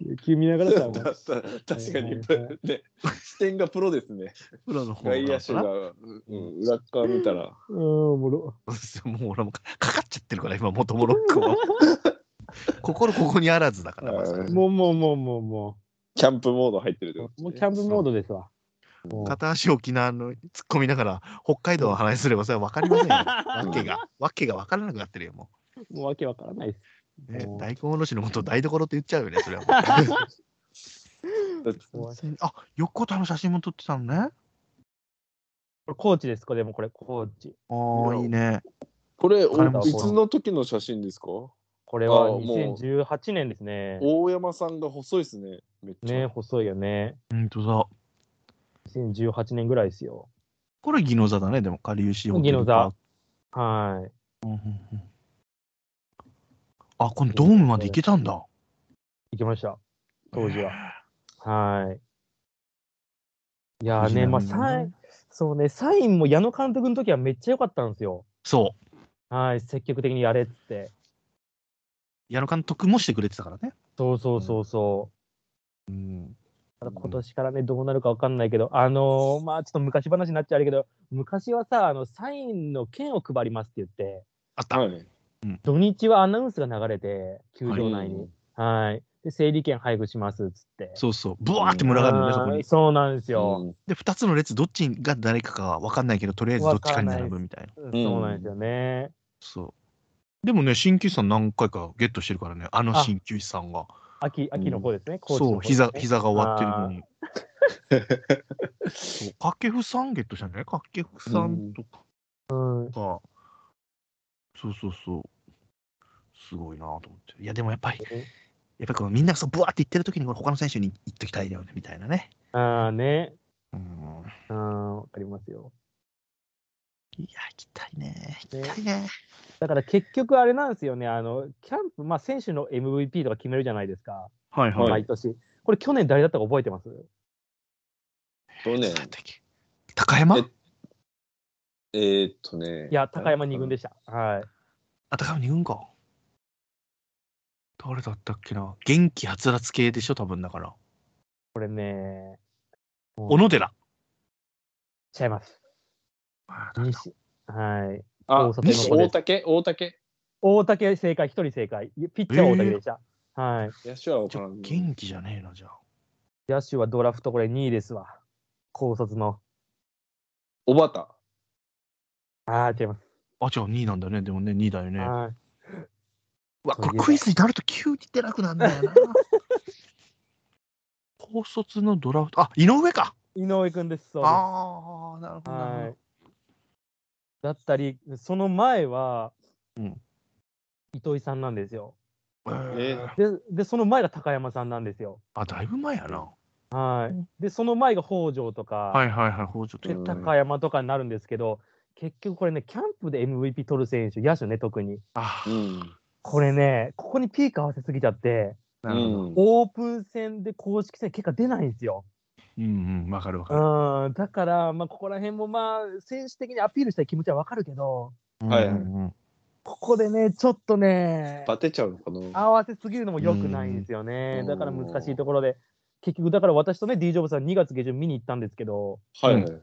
Speaker 2: 野球見ながらサウナ。
Speaker 3: 確か
Speaker 2: は
Speaker 3: に
Speaker 2: いはいは、
Speaker 3: ね、視点がプロですね。
Speaker 1: プロの方な
Speaker 3: 外野
Speaker 1: の
Speaker 3: 手
Speaker 1: かな。
Speaker 3: がうん裏っ側見たら。
Speaker 2: うん、おもろ。
Speaker 1: もう俺もかかかっちゃってるから、今、元モロッコは。心ここにあらずだから、まさに
Speaker 2: もうもうもうもうも
Speaker 3: キャンプモード入ってるってこ
Speaker 2: う。
Speaker 3: と
Speaker 2: もう
Speaker 3: で
Speaker 2: キ
Speaker 3: すね
Speaker 2: ャンプモードですわ。もう
Speaker 1: 片足沖縄の突っ込みながら、北海道の話すればそれは分かりませ んよ。わけが、わけが分からなくなってるよ、も
Speaker 2: もうわけわからないです。
Speaker 1: う。ね
Speaker 2: うん
Speaker 1: 大根おろしのことを台所って言っちゃうよね、それはもう。
Speaker 2: 怖い
Speaker 1: あ横田の写真も撮ってたのね。
Speaker 2: これコーチです、これでもこれコーチ。
Speaker 1: ああ、いいね。
Speaker 3: これ、
Speaker 1: 金
Speaker 3: お
Speaker 1: 本
Speaker 3: い
Speaker 1: さん
Speaker 3: つの時の写真ですか
Speaker 2: これは
Speaker 3: あーもう
Speaker 2: 2018年ですね。
Speaker 3: 大山さんが細いですね。めっち
Speaker 2: ね、
Speaker 3: ゃ。
Speaker 2: 細いよね。
Speaker 1: うんとだ。
Speaker 2: 2018年ぐらいですよ。
Speaker 1: これ、ギノザだね、でも、かりゆし
Speaker 2: ギノザはい。
Speaker 1: あ、このドームまで行けたんだ。
Speaker 2: 行きました。当時は。
Speaker 1: へ
Speaker 2: はい。いやー
Speaker 1: 藤
Speaker 2: ね、ま
Speaker 1: 浪
Speaker 2: あ、
Speaker 1: ね
Speaker 2: サイン、そうね、サインも矢野監督の時はめっちゃ良かったんですよ。
Speaker 1: ー。そう。
Speaker 2: はい、積極的にやれっつって。
Speaker 1: 矢野監督もしてくれてたからね。
Speaker 2: そうそうそうそう。
Speaker 1: うん。
Speaker 2: ただ今年からね、どうなるかわかんないけど、あのーまあ、ちょっと昔話になっちゃうけど、昔はさ、あの、サインの券を配りますって言って、
Speaker 1: あった。
Speaker 3: はい。
Speaker 2: 土日はアナウンスが流れて、球場内
Speaker 3: う
Speaker 2: に
Speaker 3: ん。
Speaker 2: はい。で、整理券配布しますっつって。
Speaker 1: そうそう。ブワーって群がるのね、そこ
Speaker 2: はい
Speaker 1: に。
Speaker 2: そうなんですよ。
Speaker 1: で、2つの列、どっちが誰かか分かんないけど、とりあえずどっちかに並ぶみたいな。
Speaker 2: うんそうなんですよね。
Speaker 1: そう。でもね、鍼灸師さん何回かゲットしてるからね、あの鍼灸師さんが。
Speaker 2: 秋、秋の方ですね。高知の
Speaker 1: そう、
Speaker 2: 方ですね
Speaker 1: 膝、膝が終わってるのに。そう、掛布さんゲットしたんじゃない掛布さんとか。
Speaker 2: うん。
Speaker 1: か、そうそうそう、すごいなと思って。いや、でもやっぱり、やっぱりこのみんながそうブワーって言ってる時に、これ他の選手に言っときたいよね、みたいなね。
Speaker 2: ああね。
Speaker 1: うん。
Speaker 2: うん、わかりますよ。
Speaker 1: いや、行きたいね。行
Speaker 2: ね
Speaker 1: きたいね。
Speaker 2: だから結局あれなんですよね、あの、キャンプ、まあ選手の MVP とか決めるじゃないですか、
Speaker 1: はい
Speaker 3: はい
Speaker 2: 毎年。これ去年誰だったか覚えてます
Speaker 3: 去年、
Speaker 1: 高山
Speaker 3: ええーっとね。
Speaker 2: いや、高山二軍でした。はい。
Speaker 1: あ、高山二軍か。誰だったっけな。元気はつらつ系でしょ、多分だから。
Speaker 2: これね、
Speaker 1: 小野寺。
Speaker 2: ちゃいます。
Speaker 1: あ誰だ
Speaker 2: 西。はい。
Speaker 3: あ
Speaker 2: 大、里
Speaker 3: 西
Speaker 2: の方で
Speaker 3: 大
Speaker 2: す
Speaker 3: 竹大竹。
Speaker 2: 大竹正解、一人正解。ピッチャーは大竹でした。はい。
Speaker 3: 野手は分
Speaker 1: じ
Speaker 3: か
Speaker 1: ゃ
Speaker 3: ら
Speaker 1: あ
Speaker 3: ん。
Speaker 1: 元気じゃねえな、じゃあ。
Speaker 2: 野手はドラフトこれ2位ですわ。高卒の。
Speaker 3: おばた。
Speaker 2: ああ、違います。
Speaker 1: あ、じゃあ2位なんだね。でもね、2位だよね。
Speaker 2: は
Speaker 1: うわ、
Speaker 2: そうい
Speaker 1: こ
Speaker 2: えば
Speaker 1: れクイズになると急に出なくなんだよな。 高卒のドラフト、あ、井上か。
Speaker 2: い。井上くんです。そうです
Speaker 1: ああ、なるほどなるほ
Speaker 2: は
Speaker 1: ど。
Speaker 2: い。だったり、その前は、
Speaker 1: うん
Speaker 2: 糸井さんなんですよ。
Speaker 1: えー
Speaker 3: え
Speaker 2: で、でその前が高山さんなんですよ。
Speaker 1: あ、だいぶ前やな。
Speaker 2: はい。で、その前が北条とか、
Speaker 1: はいはいはい、北条と
Speaker 2: で
Speaker 1: やったね。
Speaker 2: 高山とかになるんですけど、結局これね、キャンプで MVP 取る選手、野手ね、特に。
Speaker 1: あ
Speaker 3: う
Speaker 1: ー
Speaker 3: ん。
Speaker 2: これね、ここにピーク合わせすぎちゃって、
Speaker 1: なるほど。
Speaker 3: うん
Speaker 2: オープン戦で公式戦、結果出ないんですよ。
Speaker 1: うんうん、わかるわかる。
Speaker 2: うん、だから、まあ、ここら辺も、まあ、選手的にアピールしたい気持ちはわかるけど、
Speaker 3: はい
Speaker 1: うんうんうん
Speaker 2: ここでね、ちょっとね、
Speaker 3: バテちゃうのかな。
Speaker 2: 合わせすぎるのも良くないんですよね
Speaker 3: う。ん
Speaker 2: だから難しいところで、結局、だから私とね、D ・ジョブさん、2月下旬見に行ったんですけど、
Speaker 3: はい
Speaker 1: うん
Speaker 3: はい。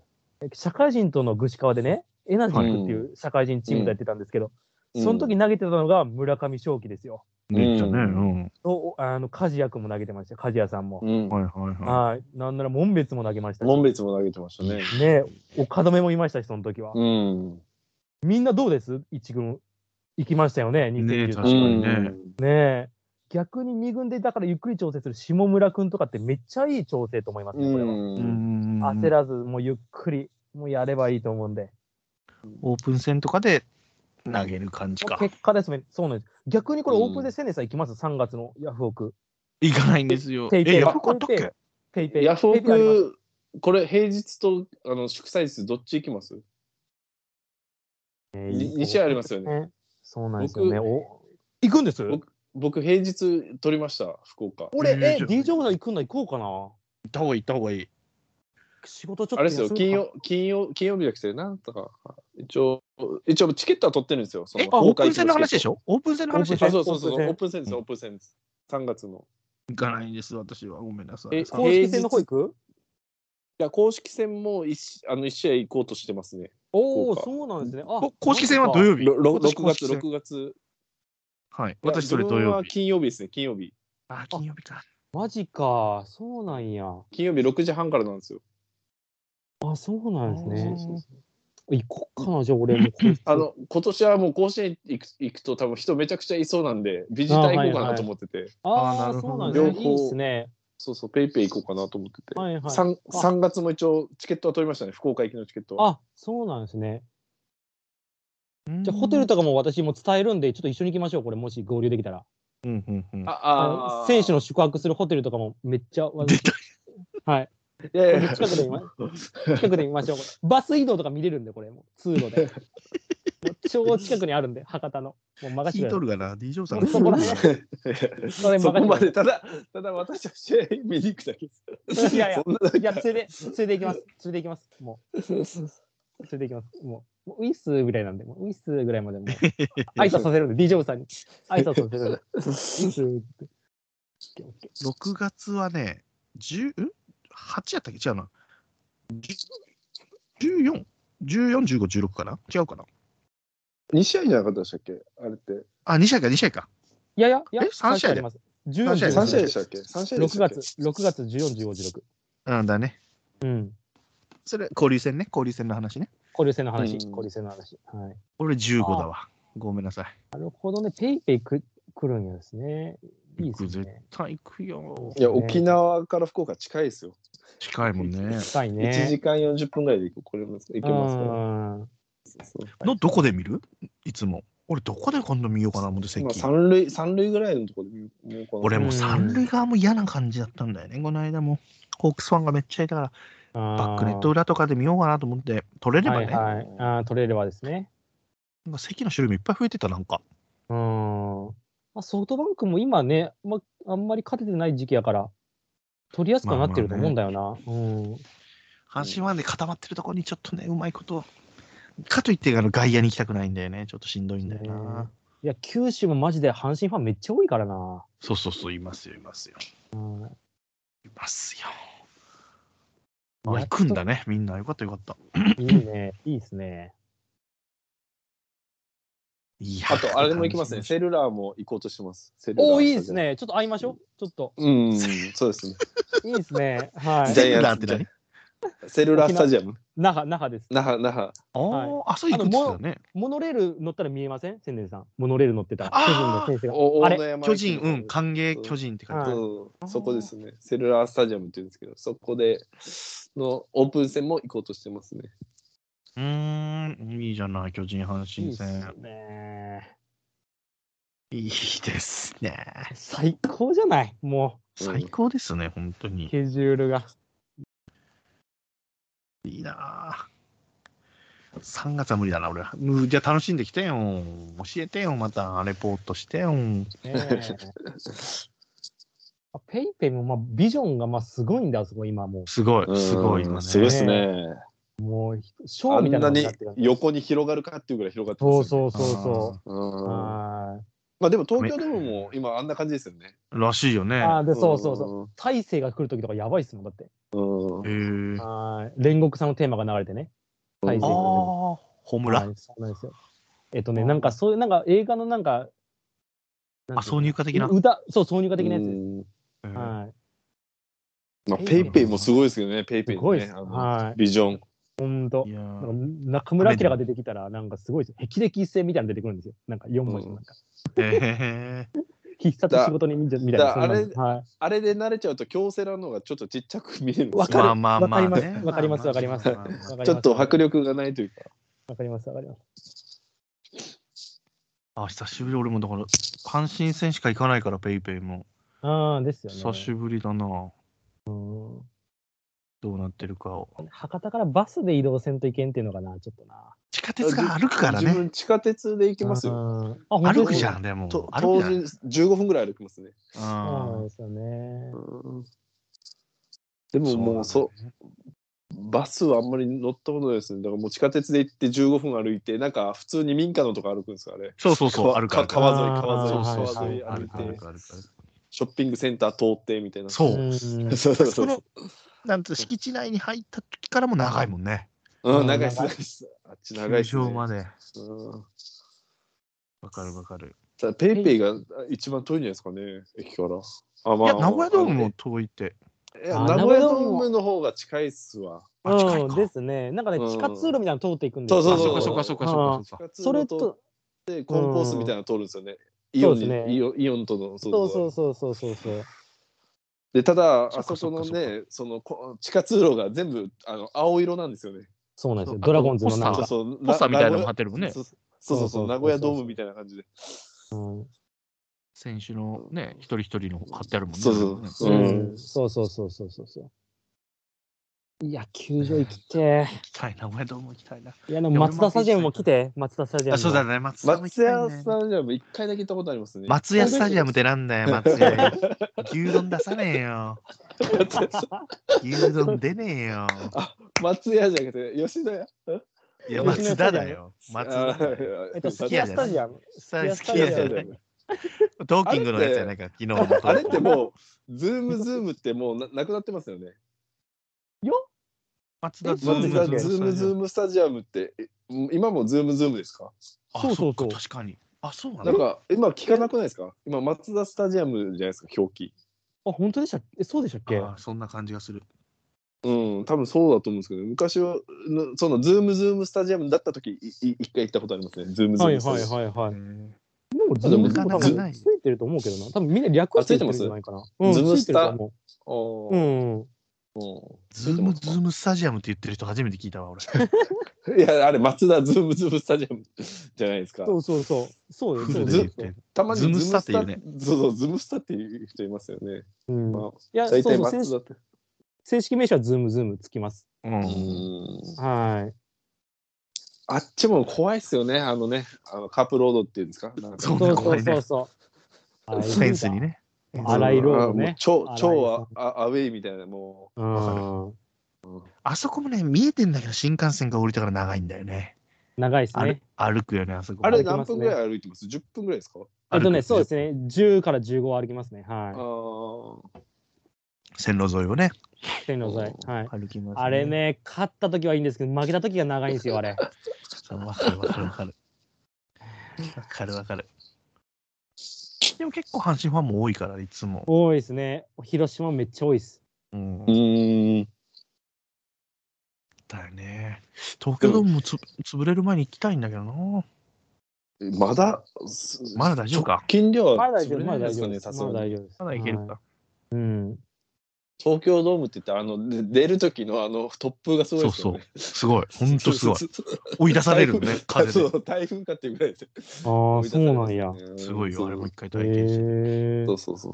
Speaker 2: 社会人との具志川でね、エナジークっていう社会人チームでやってたんですけど、その時投げてたのが村上正輝ですよ。
Speaker 1: めっちゃね、うん。
Speaker 2: とあの梶谷君も投げてましたよ、梶谷さんも。
Speaker 3: うん。
Speaker 1: はいはいは
Speaker 2: はい、なんなら門別も投げましたし、
Speaker 3: 門別も投げてましたね。
Speaker 2: ね、岡留もいましたし、その時は。
Speaker 3: うん。
Speaker 2: みんなどうです一軍行きましたよね、2
Speaker 1: ね
Speaker 2: 0
Speaker 1: 確
Speaker 2: 1
Speaker 1: かに
Speaker 2: ね
Speaker 1: ね
Speaker 2: え逆に2軍でだからゆっくり調整する下村君とかってめっちゃいい調整と思います
Speaker 3: う
Speaker 2: ね、これは。
Speaker 1: い。
Speaker 3: ん。
Speaker 1: うんうんうん
Speaker 2: 焦らず、もうゆっくり、もうやればいいと思うんで。
Speaker 1: オープン戦とかで投げる感じか。
Speaker 2: 結果ですね、そうなんです。逆にこれ、
Speaker 3: うん
Speaker 2: オープンで千年さん行きます、3月のヤフオク。
Speaker 1: 行かないんですよ。
Speaker 2: ペイペイ
Speaker 1: え、ヤフコンだっけ
Speaker 2: ペイペイ。
Speaker 3: ヤフオ
Speaker 2: ペイペイあります
Speaker 3: ク、これ平日とあの祝祭日どっち行きます
Speaker 2: え
Speaker 3: に二試合ありますよね。
Speaker 2: そうなんですよね。お行くんです
Speaker 3: 僕僕平日取りました、福岡。
Speaker 2: 俺、え
Speaker 1: え、ー
Speaker 2: D ジョブさん行くんだ、行こうかな。
Speaker 1: 行った方がいい、行った方がいい。
Speaker 2: 仕事ちょっと
Speaker 3: あれですよ、
Speaker 2: 休むか
Speaker 3: 金。曜、金曜、金曜日じゃなくて、なんとか、一応、一応チケットは取ってるんですよ。そ
Speaker 1: え、
Speaker 3: の
Speaker 1: オープン戦の話でし
Speaker 3: ょ
Speaker 1: ょオープン戦の話でし
Speaker 3: あ、
Speaker 1: ょ
Speaker 3: そうそうそう、
Speaker 2: オ
Speaker 3: オ
Speaker 2: ー
Speaker 3: ー
Speaker 2: プ
Speaker 3: プン戦です、オープン戦です。3月の。
Speaker 1: 行かないんです、私は。ごめんなさ
Speaker 3: え
Speaker 1: い。
Speaker 3: 金
Speaker 1: さ
Speaker 3: 曜
Speaker 2: 公式戦の方行く
Speaker 3: いや、公式戦も一しあの一試合行こうとしてますね。
Speaker 2: おお、
Speaker 3: 福岡
Speaker 2: そうなんですね。あ
Speaker 1: こ公式戦は土曜日。
Speaker 3: ろろ
Speaker 1: 私
Speaker 3: 6
Speaker 1: 公式
Speaker 3: 月、
Speaker 1: 戦
Speaker 3: 6月。
Speaker 1: はい。
Speaker 3: いや
Speaker 1: 私それ土
Speaker 3: 自分
Speaker 1: 曜
Speaker 3: は
Speaker 1: 日。
Speaker 3: 金曜日ですね、金曜日。
Speaker 1: あ、金曜日か。
Speaker 2: マジか、そうなんや。
Speaker 3: 金曜日6時半からなんですよ。
Speaker 2: あ、そうなんです
Speaker 3: そう
Speaker 2: ね
Speaker 3: そうそ。
Speaker 2: 行こっかな、じ ゃあ俺もこいつ。
Speaker 3: あの、今年はもう甲子園行く行くと多分人めちゃくちゃいそうなんで、ビジター行こうかなと思ってて、
Speaker 1: あー
Speaker 2: あ
Speaker 1: な
Speaker 2: あ、
Speaker 1: るほ
Speaker 2: そうな
Speaker 1: ど
Speaker 2: んですね。
Speaker 3: 両方
Speaker 2: いいですね。
Speaker 3: そうそう、ペイペイ行こうかなと思ってて。
Speaker 2: はいはい。
Speaker 3: 三三月も一応チケットは取りましたね、福岡行きのチケットは。
Speaker 2: あ、そうなんですね。
Speaker 1: じ
Speaker 2: じゃあホテルとかも私も伝えるんで、ちょっと一緒に行きましょう、これ、もし合流できたら。
Speaker 1: うんうんうん。
Speaker 2: あ
Speaker 3: あ
Speaker 2: の選手の宿泊するホテルとかもめっちゃ
Speaker 1: 出
Speaker 2: 私、
Speaker 1: た。
Speaker 2: はい。
Speaker 3: いやいやいや
Speaker 2: 近く で見ま近くで見ましょう。バス移動とか見れるんで、これ、もう通路で。超近くにあるんで、博多の。もう任せて
Speaker 1: 聞い
Speaker 2: くだ
Speaker 1: とるかな、D ジョーさ
Speaker 2: さ
Speaker 1: ん
Speaker 2: い。。そこら辺それ任せて
Speaker 3: そこまで、ただ、ただ私は試合見に行くだけです。
Speaker 2: いやいや
Speaker 3: そんなだけ
Speaker 2: いや、連れて、連れて行きます。連れて行きます。もう、連れて行きます。もう、もうウィスぐらいなんで、もうウィスぐらいまでもう、挨拶させるんで、D ・ジョブさんに。挨拶させるんで。ウィスって。オッケーオッケー
Speaker 1: 6月はね、10ん8やったっけ違うな。10 14?14、15、16かな違うかな
Speaker 3: 2試合じゃなかったでしたっけあれって。
Speaker 1: あ、2試合か、2試合か。
Speaker 2: いやいや、いや
Speaker 1: え、三試合で
Speaker 2: あります。14
Speaker 1: 三試合
Speaker 3: 3
Speaker 1: 三
Speaker 3: 試合でしたっけ ?3 試合でし
Speaker 2: 6
Speaker 3: たっけ
Speaker 2: 月、6月14、15、16。
Speaker 1: うんだね。
Speaker 2: うん。
Speaker 1: それ、交流戦ね、交流戦の話ね。
Speaker 2: 交流戦の話、
Speaker 3: うん
Speaker 2: 交流戦の話。はい。な
Speaker 1: 俺15だわ。ごめんなさい。
Speaker 2: るほどね、ペイペイく来るんやですね。いいですね。
Speaker 1: 体育よ
Speaker 3: い。や、
Speaker 2: ね
Speaker 3: 沖縄から福岡近いですよ。
Speaker 1: 近いもんね。
Speaker 2: 近いね。
Speaker 3: 1時間40分ぐらいで行くこれも行けますから。
Speaker 2: うん
Speaker 3: そうそう
Speaker 1: の、どこで見るいつも。俺、どこで今度見ようかな、思って、席
Speaker 3: まあ、。三塁、三塁ぐらいのところで見見ようかな。
Speaker 1: 俺も
Speaker 2: う
Speaker 1: 三塁側も嫌な感じだったんだよね。この間も。ホークスファンがめっちゃいたから、バックネット裏とかで見ようかなと思って、取れればね。
Speaker 2: はいはい、あー取れればですね。
Speaker 1: なんか席の種類もいっぱい増えてた、なんか。
Speaker 2: うーん。まあ、ソフトバンクも今ね、まあ、あんまり勝ててない時期やから、取りやすくはなってると思うんだよな。うん。
Speaker 1: 阪神はね、固まってるところにちょっとね、うまいこと。かといって、あの、外野に行きたくないんだよね。ちょっとしんどいんだよ
Speaker 2: ね
Speaker 1: な。
Speaker 2: いや、九州もマジで阪神ファンめっちゃ多いからな。
Speaker 1: そうそうそう、いますよ、いますよ。いますよ。あ、行くんだね、みんな。よかった、よかった。
Speaker 2: いいね。いいです ね。
Speaker 1: いや
Speaker 3: あと、あれも行きますね。セルラーも行こうとしてます。セルラー
Speaker 2: おお、いいです。ね。ちょっと会いましょう。ちょっと。
Speaker 3: うん、そうですね。
Speaker 2: いいですね。は
Speaker 3: ジャ
Speaker 1: セ
Speaker 2: い。
Speaker 3: イア
Speaker 1: ル
Speaker 3: ンツ
Speaker 1: ラーって何
Speaker 3: セルラースタジアム。
Speaker 2: 那覇、那覇です。
Speaker 3: 那覇、那覇。
Speaker 1: あー、
Speaker 2: は
Speaker 1: あ、そう行くっつってたね。
Speaker 2: モノレール乗ったら見えません千年さん。モノレール乗ってたら。
Speaker 1: あー
Speaker 2: 巨人の先生が。
Speaker 3: お
Speaker 2: あれ
Speaker 3: 大野山
Speaker 1: 巨人、うん、
Speaker 3: か
Speaker 1: 歓迎巨人って書いてあ
Speaker 2: はい
Speaker 1: る。
Speaker 3: そうそこですね。セルラースタジアムって言うんですけど、そこでのオープン戦も行こうとしてま すね。
Speaker 1: うーん、いいじゃない、巨人、阪
Speaker 2: いい
Speaker 1: 神
Speaker 2: です
Speaker 1: 戦。
Speaker 2: ね。
Speaker 1: いいですね。
Speaker 2: 最高じゃないも
Speaker 1: 最高ですね、本当
Speaker 2: う、
Speaker 1: に。
Speaker 2: スケジュールが。
Speaker 1: いいなぁ。3月は無理だな、俺は。うんじゃあ楽しんできてよ。教えてよ、また、レポートしてよ。
Speaker 2: ね えあペイペイも、まあ、ビジョンがまあすごいんだ、あそこ今も
Speaker 1: すごい、すごい、
Speaker 3: うん
Speaker 1: 今
Speaker 3: すごい
Speaker 1: ね。
Speaker 3: ですね。
Speaker 2: う。もう、ショ
Speaker 3: あ
Speaker 2: ーみ
Speaker 3: ん
Speaker 2: たいな
Speaker 3: な
Speaker 2: のに
Speaker 3: に
Speaker 2: なってるから
Speaker 3: 横に広がるかっていうぐらい広がって
Speaker 2: そう
Speaker 3: う
Speaker 2: そうそうそ
Speaker 3: そう。う
Speaker 2: う。
Speaker 3: ん
Speaker 2: は
Speaker 3: まあでも東京ドームも今あんな感じですよね。
Speaker 1: う。らしいよ
Speaker 2: い。
Speaker 1: ね。
Speaker 2: あーで、そうそうそう。大勢が来るときとかやばいっすもん、だって。
Speaker 3: うん。うん
Speaker 1: へーあ
Speaker 2: はい。煉獄さんのテーマが流れてね。大
Speaker 1: あ
Speaker 2: 勢
Speaker 1: ー、
Speaker 2: が
Speaker 1: ホーム
Speaker 2: 来る。
Speaker 1: ラ
Speaker 2: は
Speaker 1: ン。
Speaker 2: いそうなんですよ。えっとね、なんかそういう、なんか映画のなんか、
Speaker 1: あ、挿入歌的な。
Speaker 2: 歌、そう、挿入歌的なやつです。
Speaker 3: うん
Speaker 1: うん
Speaker 2: はい。
Speaker 3: まあペイペイもすごいですけどね、ペイ
Speaker 2: す
Speaker 3: ペイ
Speaker 2: ご
Speaker 3: も
Speaker 2: いっ
Speaker 3: ね
Speaker 2: す。。
Speaker 3: あの
Speaker 2: はい。
Speaker 3: ビジョン。
Speaker 2: ほんと
Speaker 1: い。や
Speaker 2: なん
Speaker 1: ー
Speaker 2: か中村明が出てきたら、なんかすごいですよ。霹靂一斉みたいなの出てくるんですよ。なんか4文字のなんか。
Speaker 1: へー
Speaker 2: 必殺仕事人みたいな。
Speaker 3: だ
Speaker 2: そんなの
Speaker 3: あれ
Speaker 2: はい。
Speaker 3: あれで慣れちゃうと京セラの方がちょっとちっちゃく見えるんですよ
Speaker 2: わかる
Speaker 1: まあまあまあ
Speaker 2: わかり
Speaker 1: ね
Speaker 2: ますわかりますわかります
Speaker 1: まあまあま
Speaker 2: わかります
Speaker 3: ちょっと迫力がないというか。
Speaker 2: わかります、わかります。
Speaker 1: ああ、久しぶり、俺もだから、阪神戦しか行かないから、ペイペイも。
Speaker 2: ああ、ですよね。
Speaker 1: 久しぶりだな。
Speaker 2: うん
Speaker 1: どうなってるかを。
Speaker 2: 博多からバスで移動せんといけんっていうのかな、ちょっとな。
Speaker 1: 地下鉄が歩くから
Speaker 3: 自
Speaker 1: ね。
Speaker 3: 分地下鉄で行きます
Speaker 2: う
Speaker 3: よ。
Speaker 2: ん。あ、本当
Speaker 1: 歩
Speaker 2: で
Speaker 1: く
Speaker 2: す
Speaker 1: じ
Speaker 2: か
Speaker 1: ゃん、でも。
Speaker 3: と
Speaker 1: 歩
Speaker 3: 当
Speaker 1: くじゃん
Speaker 3: 時15分ぐらい歩きますね。
Speaker 2: そうなん
Speaker 1: うん
Speaker 2: ですよね。
Speaker 3: でももうそ
Speaker 1: なんだよね
Speaker 3: バスはあんまり乗ったことないですね。だからもう地下鉄で行って15分歩いて、なんか普通に民家のとこ歩くんですかあれ。
Speaker 1: そうそうそう、
Speaker 3: か
Speaker 1: あるから。
Speaker 3: 川沿い、
Speaker 2: あ
Speaker 3: 川
Speaker 2: ー
Speaker 3: 沿い、
Speaker 2: そうそう
Speaker 3: 川沿い
Speaker 2: はい
Speaker 3: 歩い
Speaker 1: 歩く歩
Speaker 3: て、
Speaker 1: く歩く
Speaker 3: ショッピングセンター通ってみたいな。
Speaker 1: そうう。
Speaker 2: ん
Speaker 3: そうそう
Speaker 1: そ
Speaker 3: そ
Speaker 1: の
Speaker 3: う。、
Speaker 1: なんと敷地内に入った時からも長いもんね。
Speaker 3: うん、長いっす、長いっす。あっち長いっす、
Speaker 1: 球場
Speaker 3: ね。
Speaker 1: まで。
Speaker 3: うん
Speaker 1: わかるわかる。
Speaker 3: ただペイペイが一番遠いんじゃないですかね、駅から。あ、
Speaker 1: い
Speaker 3: ま
Speaker 1: や、名古屋ドームも遠いって。
Speaker 3: いや
Speaker 2: あ
Speaker 3: 名古屋ドームの方が近いっすわ。
Speaker 1: あ近い
Speaker 2: うん
Speaker 1: か
Speaker 2: ですね。なんかね、地下通路みたいなの通っていくんです
Speaker 3: そ
Speaker 2: よ
Speaker 3: うそう
Speaker 1: あそ
Speaker 3: そう
Speaker 1: うかそうかそうかそうか。
Speaker 2: それと、
Speaker 3: で、コンコースみたいなの通るんですよね。
Speaker 2: ん
Speaker 3: イオ
Speaker 2: そ
Speaker 3: ン
Speaker 2: うですね
Speaker 3: に、イオンイオンとの。そ
Speaker 2: そうそうそうそうそうそう。
Speaker 3: で、ただ、
Speaker 1: そっ
Speaker 3: あ
Speaker 1: か
Speaker 3: そこの
Speaker 1: そっかそ
Speaker 3: ね、そのこ地下通路が全部あの青色なんですよね。
Speaker 2: そうなんですよ。
Speaker 1: そう
Speaker 2: ドラゴンズのなん
Speaker 1: あ
Speaker 3: そう
Speaker 2: か。
Speaker 3: そう。
Speaker 1: ポスターみたいなのも貼
Speaker 3: 名
Speaker 1: ってるもん
Speaker 3: 古屋
Speaker 1: ね。
Speaker 3: そうそうそうそう、名古屋ドームみたいな感じで。
Speaker 2: うん
Speaker 1: 選手のね、一人一人の貼ってあるもんね。
Speaker 3: そうそうそううん
Speaker 2: ん。そうそうそうそうそうそう。いや、球場行きて
Speaker 1: 行きたい、名古屋ドーム行きたいな。
Speaker 2: え。いや、でも松田スタジアムも来て、松田スタジアムも。
Speaker 1: あ、そうだね、松田も行き
Speaker 3: 松
Speaker 1: たい
Speaker 3: 屋
Speaker 1: ね
Speaker 3: ス。タジアム、一回だけ行ったことありますね。
Speaker 1: 松屋スタジアムってなんだよ、松屋。牛丼出さねえよ。牛丼出ねえよ。
Speaker 3: 松屋じゃなくて、吉田屋。
Speaker 1: いや、松田だよ。松田だよ。
Speaker 2: えっと、
Speaker 1: 好
Speaker 2: ス
Speaker 1: き
Speaker 2: キ
Speaker 1: や
Speaker 2: ヤ
Speaker 1: じ
Speaker 2: ス
Speaker 1: ゃない
Speaker 2: タジアム。
Speaker 1: さあ、好き
Speaker 2: や
Speaker 1: や
Speaker 2: じ
Speaker 1: じ
Speaker 2: ゃな
Speaker 1: ゃない。トーキングのやつじゃないか、昨日のトーキング。
Speaker 3: あれってもう、ズームズームってもうななくなってますよね。
Speaker 1: 松田
Speaker 2: え
Speaker 1: ズ
Speaker 3: ズ
Speaker 1: ーム
Speaker 3: ー
Speaker 1: ズ
Speaker 3: ムズー
Speaker 1: ーム
Speaker 3: ムズームスタジアムって、え今もズームズームですか
Speaker 1: あ、
Speaker 2: そうそうそう
Speaker 1: っか確かに。あ、そうなん
Speaker 3: な
Speaker 1: だ
Speaker 3: ん。か今聞かなくないですか今、松田スタジアムじゃないですか、表記。
Speaker 2: あ、本当でしたっけえそうでしたっけ
Speaker 1: あそんな感じがする。
Speaker 3: うん、多分そうだと思うんですけど、昔は、のそのズームズームスタジアムだった時、いい一回行ったことありますね。ズームズー
Speaker 2: はい
Speaker 3: ムスタ
Speaker 2: はい
Speaker 3: ジアム。
Speaker 2: はいはい。
Speaker 3: う
Speaker 2: ズーム
Speaker 3: ズ
Speaker 2: ズー
Speaker 3: ー
Speaker 2: ム多
Speaker 3: ム
Speaker 1: ズームな
Speaker 2: 分
Speaker 1: い
Speaker 2: ついてると思うけどな。多分みんな略はついてるんじゃないかな。うん
Speaker 3: ズーム
Speaker 2: ついてると思
Speaker 3: あー
Speaker 2: う。うんうん。
Speaker 1: ズームズームスタジアムって言ってる人初めて聞いたわ、 俺。
Speaker 3: いや、あれ、松田ズームズームスタジアムじゃないですか。
Speaker 2: そうそうそう。そうよ
Speaker 1: フ
Speaker 2: そ
Speaker 1: ル
Speaker 2: うよ
Speaker 1: で言ってる。
Speaker 3: たまに
Speaker 1: ズムスタっていうね
Speaker 3: ズムスタそうそう、ズムスタっていう人いますよね。
Speaker 2: うん
Speaker 3: まあ
Speaker 2: いや、そう
Speaker 3: 大
Speaker 2: そ
Speaker 3: 体
Speaker 2: う正
Speaker 3: 松田
Speaker 2: 式
Speaker 3: って。
Speaker 2: 正式名称はズームズームつきます。
Speaker 1: うん。
Speaker 3: うん
Speaker 2: はい。
Speaker 3: あっちも怖いっすよね、あのね、あのカープロードっていうんですか。なんか
Speaker 1: そう
Speaker 2: そ
Speaker 1: ね
Speaker 2: うそ
Speaker 1: 怖
Speaker 2: う
Speaker 1: い
Speaker 2: そ
Speaker 1: ね
Speaker 2: うそう。
Speaker 1: フェンスに。ね。
Speaker 2: 荒いロードね
Speaker 3: あもう超、
Speaker 2: 荒い
Speaker 3: 超アアアウェイみたいな、も
Speaker 2: う
Speaker 1: わか
Speaker 2: ん。
Speaker 1: あそこもね、見えてんだけど、新幹線が降りたから長いんだよね。
Speaker 2: 長いです
Speaker 1: 歩
Speaker 2: ね。
Speaker 1: 歩くよね、あそこ。
Speaker 3: う。あれ
Speaker 2: 歩きますね
Speaker 3: 何分ぐらい歩いてます ?10 分ぐらいですか
Speaker 2: えっとね、そうです
Speaker 1: ね。
Speaker 2: ね。10から15は歩きますね。
Speaker 3: あ
Speaker 2: は
Speaker 3: ー
Speaker 1: 線路沿いをね。
Speaker 2: い。天皇祭。はい。
Speaker 1: 歩きます。
Speaker 2: あれ。ね、勝った時はいいんですけど、負けた時が長いんです よ、あれ。
Speaker 1: そうわかるわかるわかる。わかるわかる。でも結構阪神ファンも多いから、いつも。
Speaker 2: 多いですね。広島めっちゃ多いです。
Speaker 1: うん
Speaker 3: う。ーん。
Speaker 1: だよね。東京ドームもつ潰れる前に行きたいんだけどな。
Speaker 3: まだ、す
Speaker 1: まだ大丈夫か
Speaker 3: 直近では
Speaker 2: まだ大丈夫、
Speaker 3: 潰れ
Speaker 2: ま
Speaker 3: ない
Speaker 2: だ大
Speaker 3: です
Speaker 2: 丈夫
Speaker 3: かね、
Speaker 2: です。
Speaker 3: さす
Speaker 2: ま
Speaker 3: が
Speaker 2: だ
Speaker 3: に。
Speaker 2: 大丈夫です。
Speaker 1: まだ行ける
Speaker 2: はい
Speaker 1: か。
Speaker 2: うん。
Speaker 3: 東京ドームって言ったら、あの、で出る時のあの、突風がすご
Speaker 1: そう
Speaker 3: いですよ
Speaker 1: そう
Speaker 3: ね。。
Speaker 1: すごい。ほんとすごい。
Speaker 3: そうそうそう
Speaker 1: 追い出されるの ね、風
Speaker 3: そ
Speaker 1: で。
Speaker 3: う、台風かっていうぐらいで。
Speaker 2: ああ、そうなんや。
Speaker 1: すごいよ、あれも一回
Speaker 2: へ
Speaker 1: 体験して。
Speaker 2: え
Speaker 3: そうそうそ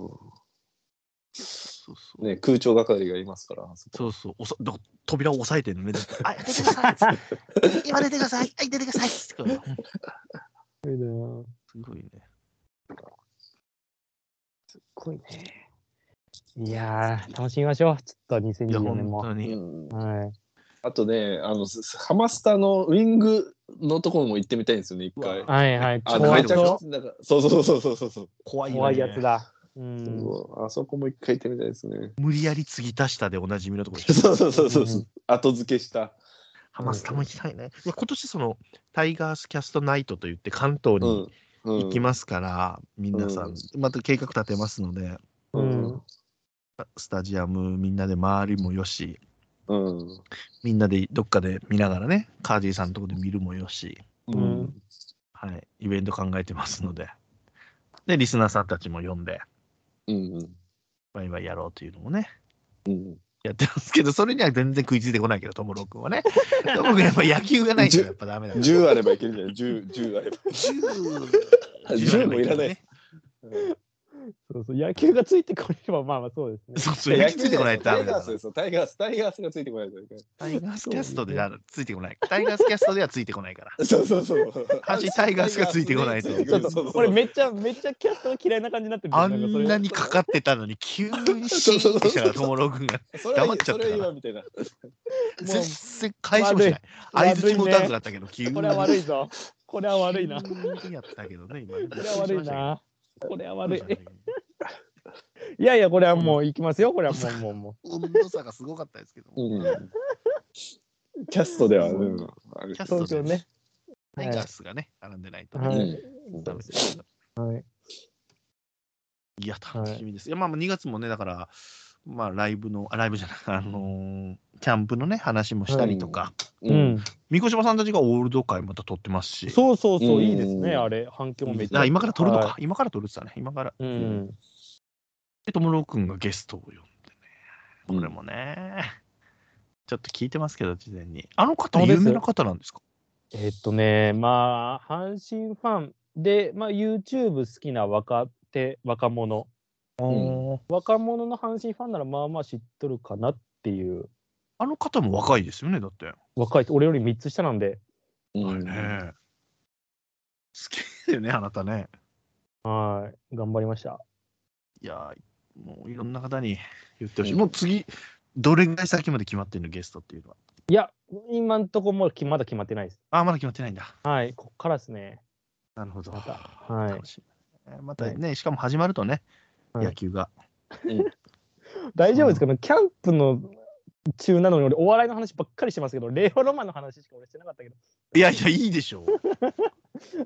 Speaker 1: そうそう
Speaker 3: う。ね、空調係がいますから。あそこ
Speaker 1: そうそうおさだから扉を押さえてるのね。 ずっとあ、出てくださいっつって今出てくださいはい、出てくださいっつってうんす
Speaker 2: いいなぁ
Speaker 1: ごいね。
Speaker 2: すごいね。いやー、楽しみましょう。ちょっと
Speaker 1: いや、
Speaker 2: 2024年も。
Speaker 1: 本当
Speaker 3: う
Speaker 1: に。
Speaker 3: ん
Speaker 2: はい。
Speaker 3: あとね、あの、すすハマスタのウィングのところも行ってみたいんですよね、一回
Speaker 1: う。わ
Speaker 2: はいはい。
Speaker 3: あ
Speaker 1: の
Speaker 2: ちょ
Speaker 3: め
Speaker 2: う
Speaker 3: ちゃくち
Speaker 2: ど
Speaker 3: ゃ、なんか、そうそうそうそうそうそう。
Speaker 1: 怖いよね
Speaker 2: 怖いやつ。だ。うん。
Speaker 3: そうあそこも一回行ってみたいですね。
Speaker 1: 無理やり継ぎ足したでおなじみのところでしょ
Speaker 3: そうそうそうそうそうう。後付けした。
Speaker 1: ハマスタも行きたいね。いや今年そのタイガースキャストナイトといって関東
Speaker 3: う
Speaker 1: に
Speaker 3: ん。うん
Speaker 1: 行きますから、皆さん、また計画立てますので、
Speaker 2: うん。
Speaker 1: スタジアムみんなで周りもよし、
Speaker 3: うん。
Speaker 1: みんなでどっかで見ながらね、カージーさんのとこで見るもよし、
Speaker 3: うん。
Speaker 1: はい、イベント考えてますので、で、リスナーさんたちも呼んで、
Speaker 3: うん。
Speaker 1: ワイワイやろうというのもね、
Speaker 3: うん。
Speaker 1: やってますけど、それには全然食いついてこないけど、トムロー君はね。 トムロー君やっぱ野球がないからやっぱダメだから。
Speaker 3: 10あればいけるんじゃない ?10、10あれば。
Speaker 1: 10
Speaker 3: 10もいらない。うん
Speaker 2: そうそう。野球がついてこれれば、まあまあそうですね。
Speaker 1: そうそう、野球ついてこないとダ
Speaker 3: タ
Speaker 1: メ
Speaker 3: イガ
Speaker 1: だ
Speaker 3: ース
Speaker 1: から
Speaker 3: ですよ。タイガース、タイガースがついてこないといけな
Speaker 1: タイガースキャストではついてこない。タイガースキャストではついてこない から。
Speaker 3: い。そうそうそう。
Speaker 1: 阪神タイガースがついてこないと
Speaker 3: そう
Speaker 2: ちょっ
Speaker 3: そうそう
Speaker 2: と、俺めっちゃ、めっちゃキャストが嫌いな感じになってるか
Speaker 1: あ
Speaker 2: それ
Speaker 1: んなにかかってたのに急にシーンってしたから、トモロー君が。
Speaker 3: それは
Speaker 1: 黙っちゃった
Speaker 3: それは今みたいな。
Speaker 2: もう
Speaker 1: 全然返しもしない。相づちも打たずだったけど、急に。
Speaker 2: これは悪いぞ。これは悪いな。こ
Speaker 1: 急にやったけどね、今。こ
Speaker 2: れは悪い。な。これは悪い。
Speaker 1: え
Speaker 2: いやいや、これはもう行きますよ。これはもう、もう、も
Speaker 1: 温度差がすごかったですけども。
Speaker 3: うんキャストでは、うん。あれ
Speaker 1: キャ
Speaker 2: う。
Speaker 1: スト
Speaker 2: 東京ね。
Speaker 1: タイガースがね、絡んでないと。
Speaker 2: は
Speaker 3: う
Speaker 2: い
Speaker 3: ん
Speaker 1: ダメですけど
Speaker 2: はい。
Speaker 1: いや、楽しみです。いや、まあ、2月もね、だから、まあ、ライブの、あライブじゃない、あのーキャンプのね、話もしたりとか、
Speaker 2: う。ん。
Speaker 1: 三越島さんたちがオールド会また撮ってますし、
Speaker 2: そうそうそうう、
Speaker 3: ん
Speaker 2: いいですね。あれ、反響もめっち
Speaker 1: あ
Speaker 2: ゃ。
Speaker 1: 今から撮るのか、
Speaker 2: は
Speaker 1: 今から撮るって言ってたね、今から。
Speaker 2: い。うん。
Speaker 1: で、友郎君がゲストを呼んでね、
Speaker 3: うん
Speaker 1: これもね、ちょっと聞いてますけど、事前に。あの方、
Speaker 2: そうです
Speaker 1: 有名な方なんですか
Speaker 2: えっとね、まあ、阪神ファンで、まあ、YouTube 好きな若手、若者。
Speaker 3: ん
Speaker 1: あー
Speaker 2: 若者の阪神ファンなら、まあまあ知っとるかなっていう。
Speaker 1: あの方も若いですよね、だって。
Speaker 2: 若い、俺より3つ下なんで。
Speaker 3: うん
Speaker 1: ねえ好きだよね、あなたね。
Speaker 2: はい。頑張りました。
Speaker 1: いやー、もういろんな方に言ってほしい。
Speaker 3: うん
Speaker 1: もう次、どれぐらい先まで決まってるの、ゲストっていうのは。
Speaker 2: いや、今んとこもうきまだ決まってないです。
Speaker 1: あー、まだ決まってないんだ。
Speaker 2: はい。こっからですね。
Speaker 1: なるほど。
Speaker 2: またはい
Speaker 1: 楽しみ。またね、しかも始まるとね、
Speaker 2: はい
Speaker 1: 野球が。
Speaker 2: 大丈夫ですかね、キャンプの中なのに俺お笑いの話ばっかりしてますけど、令和ロマンの話しか俺してなかったけど、
Speaker 1: いやいや、いいで しょう。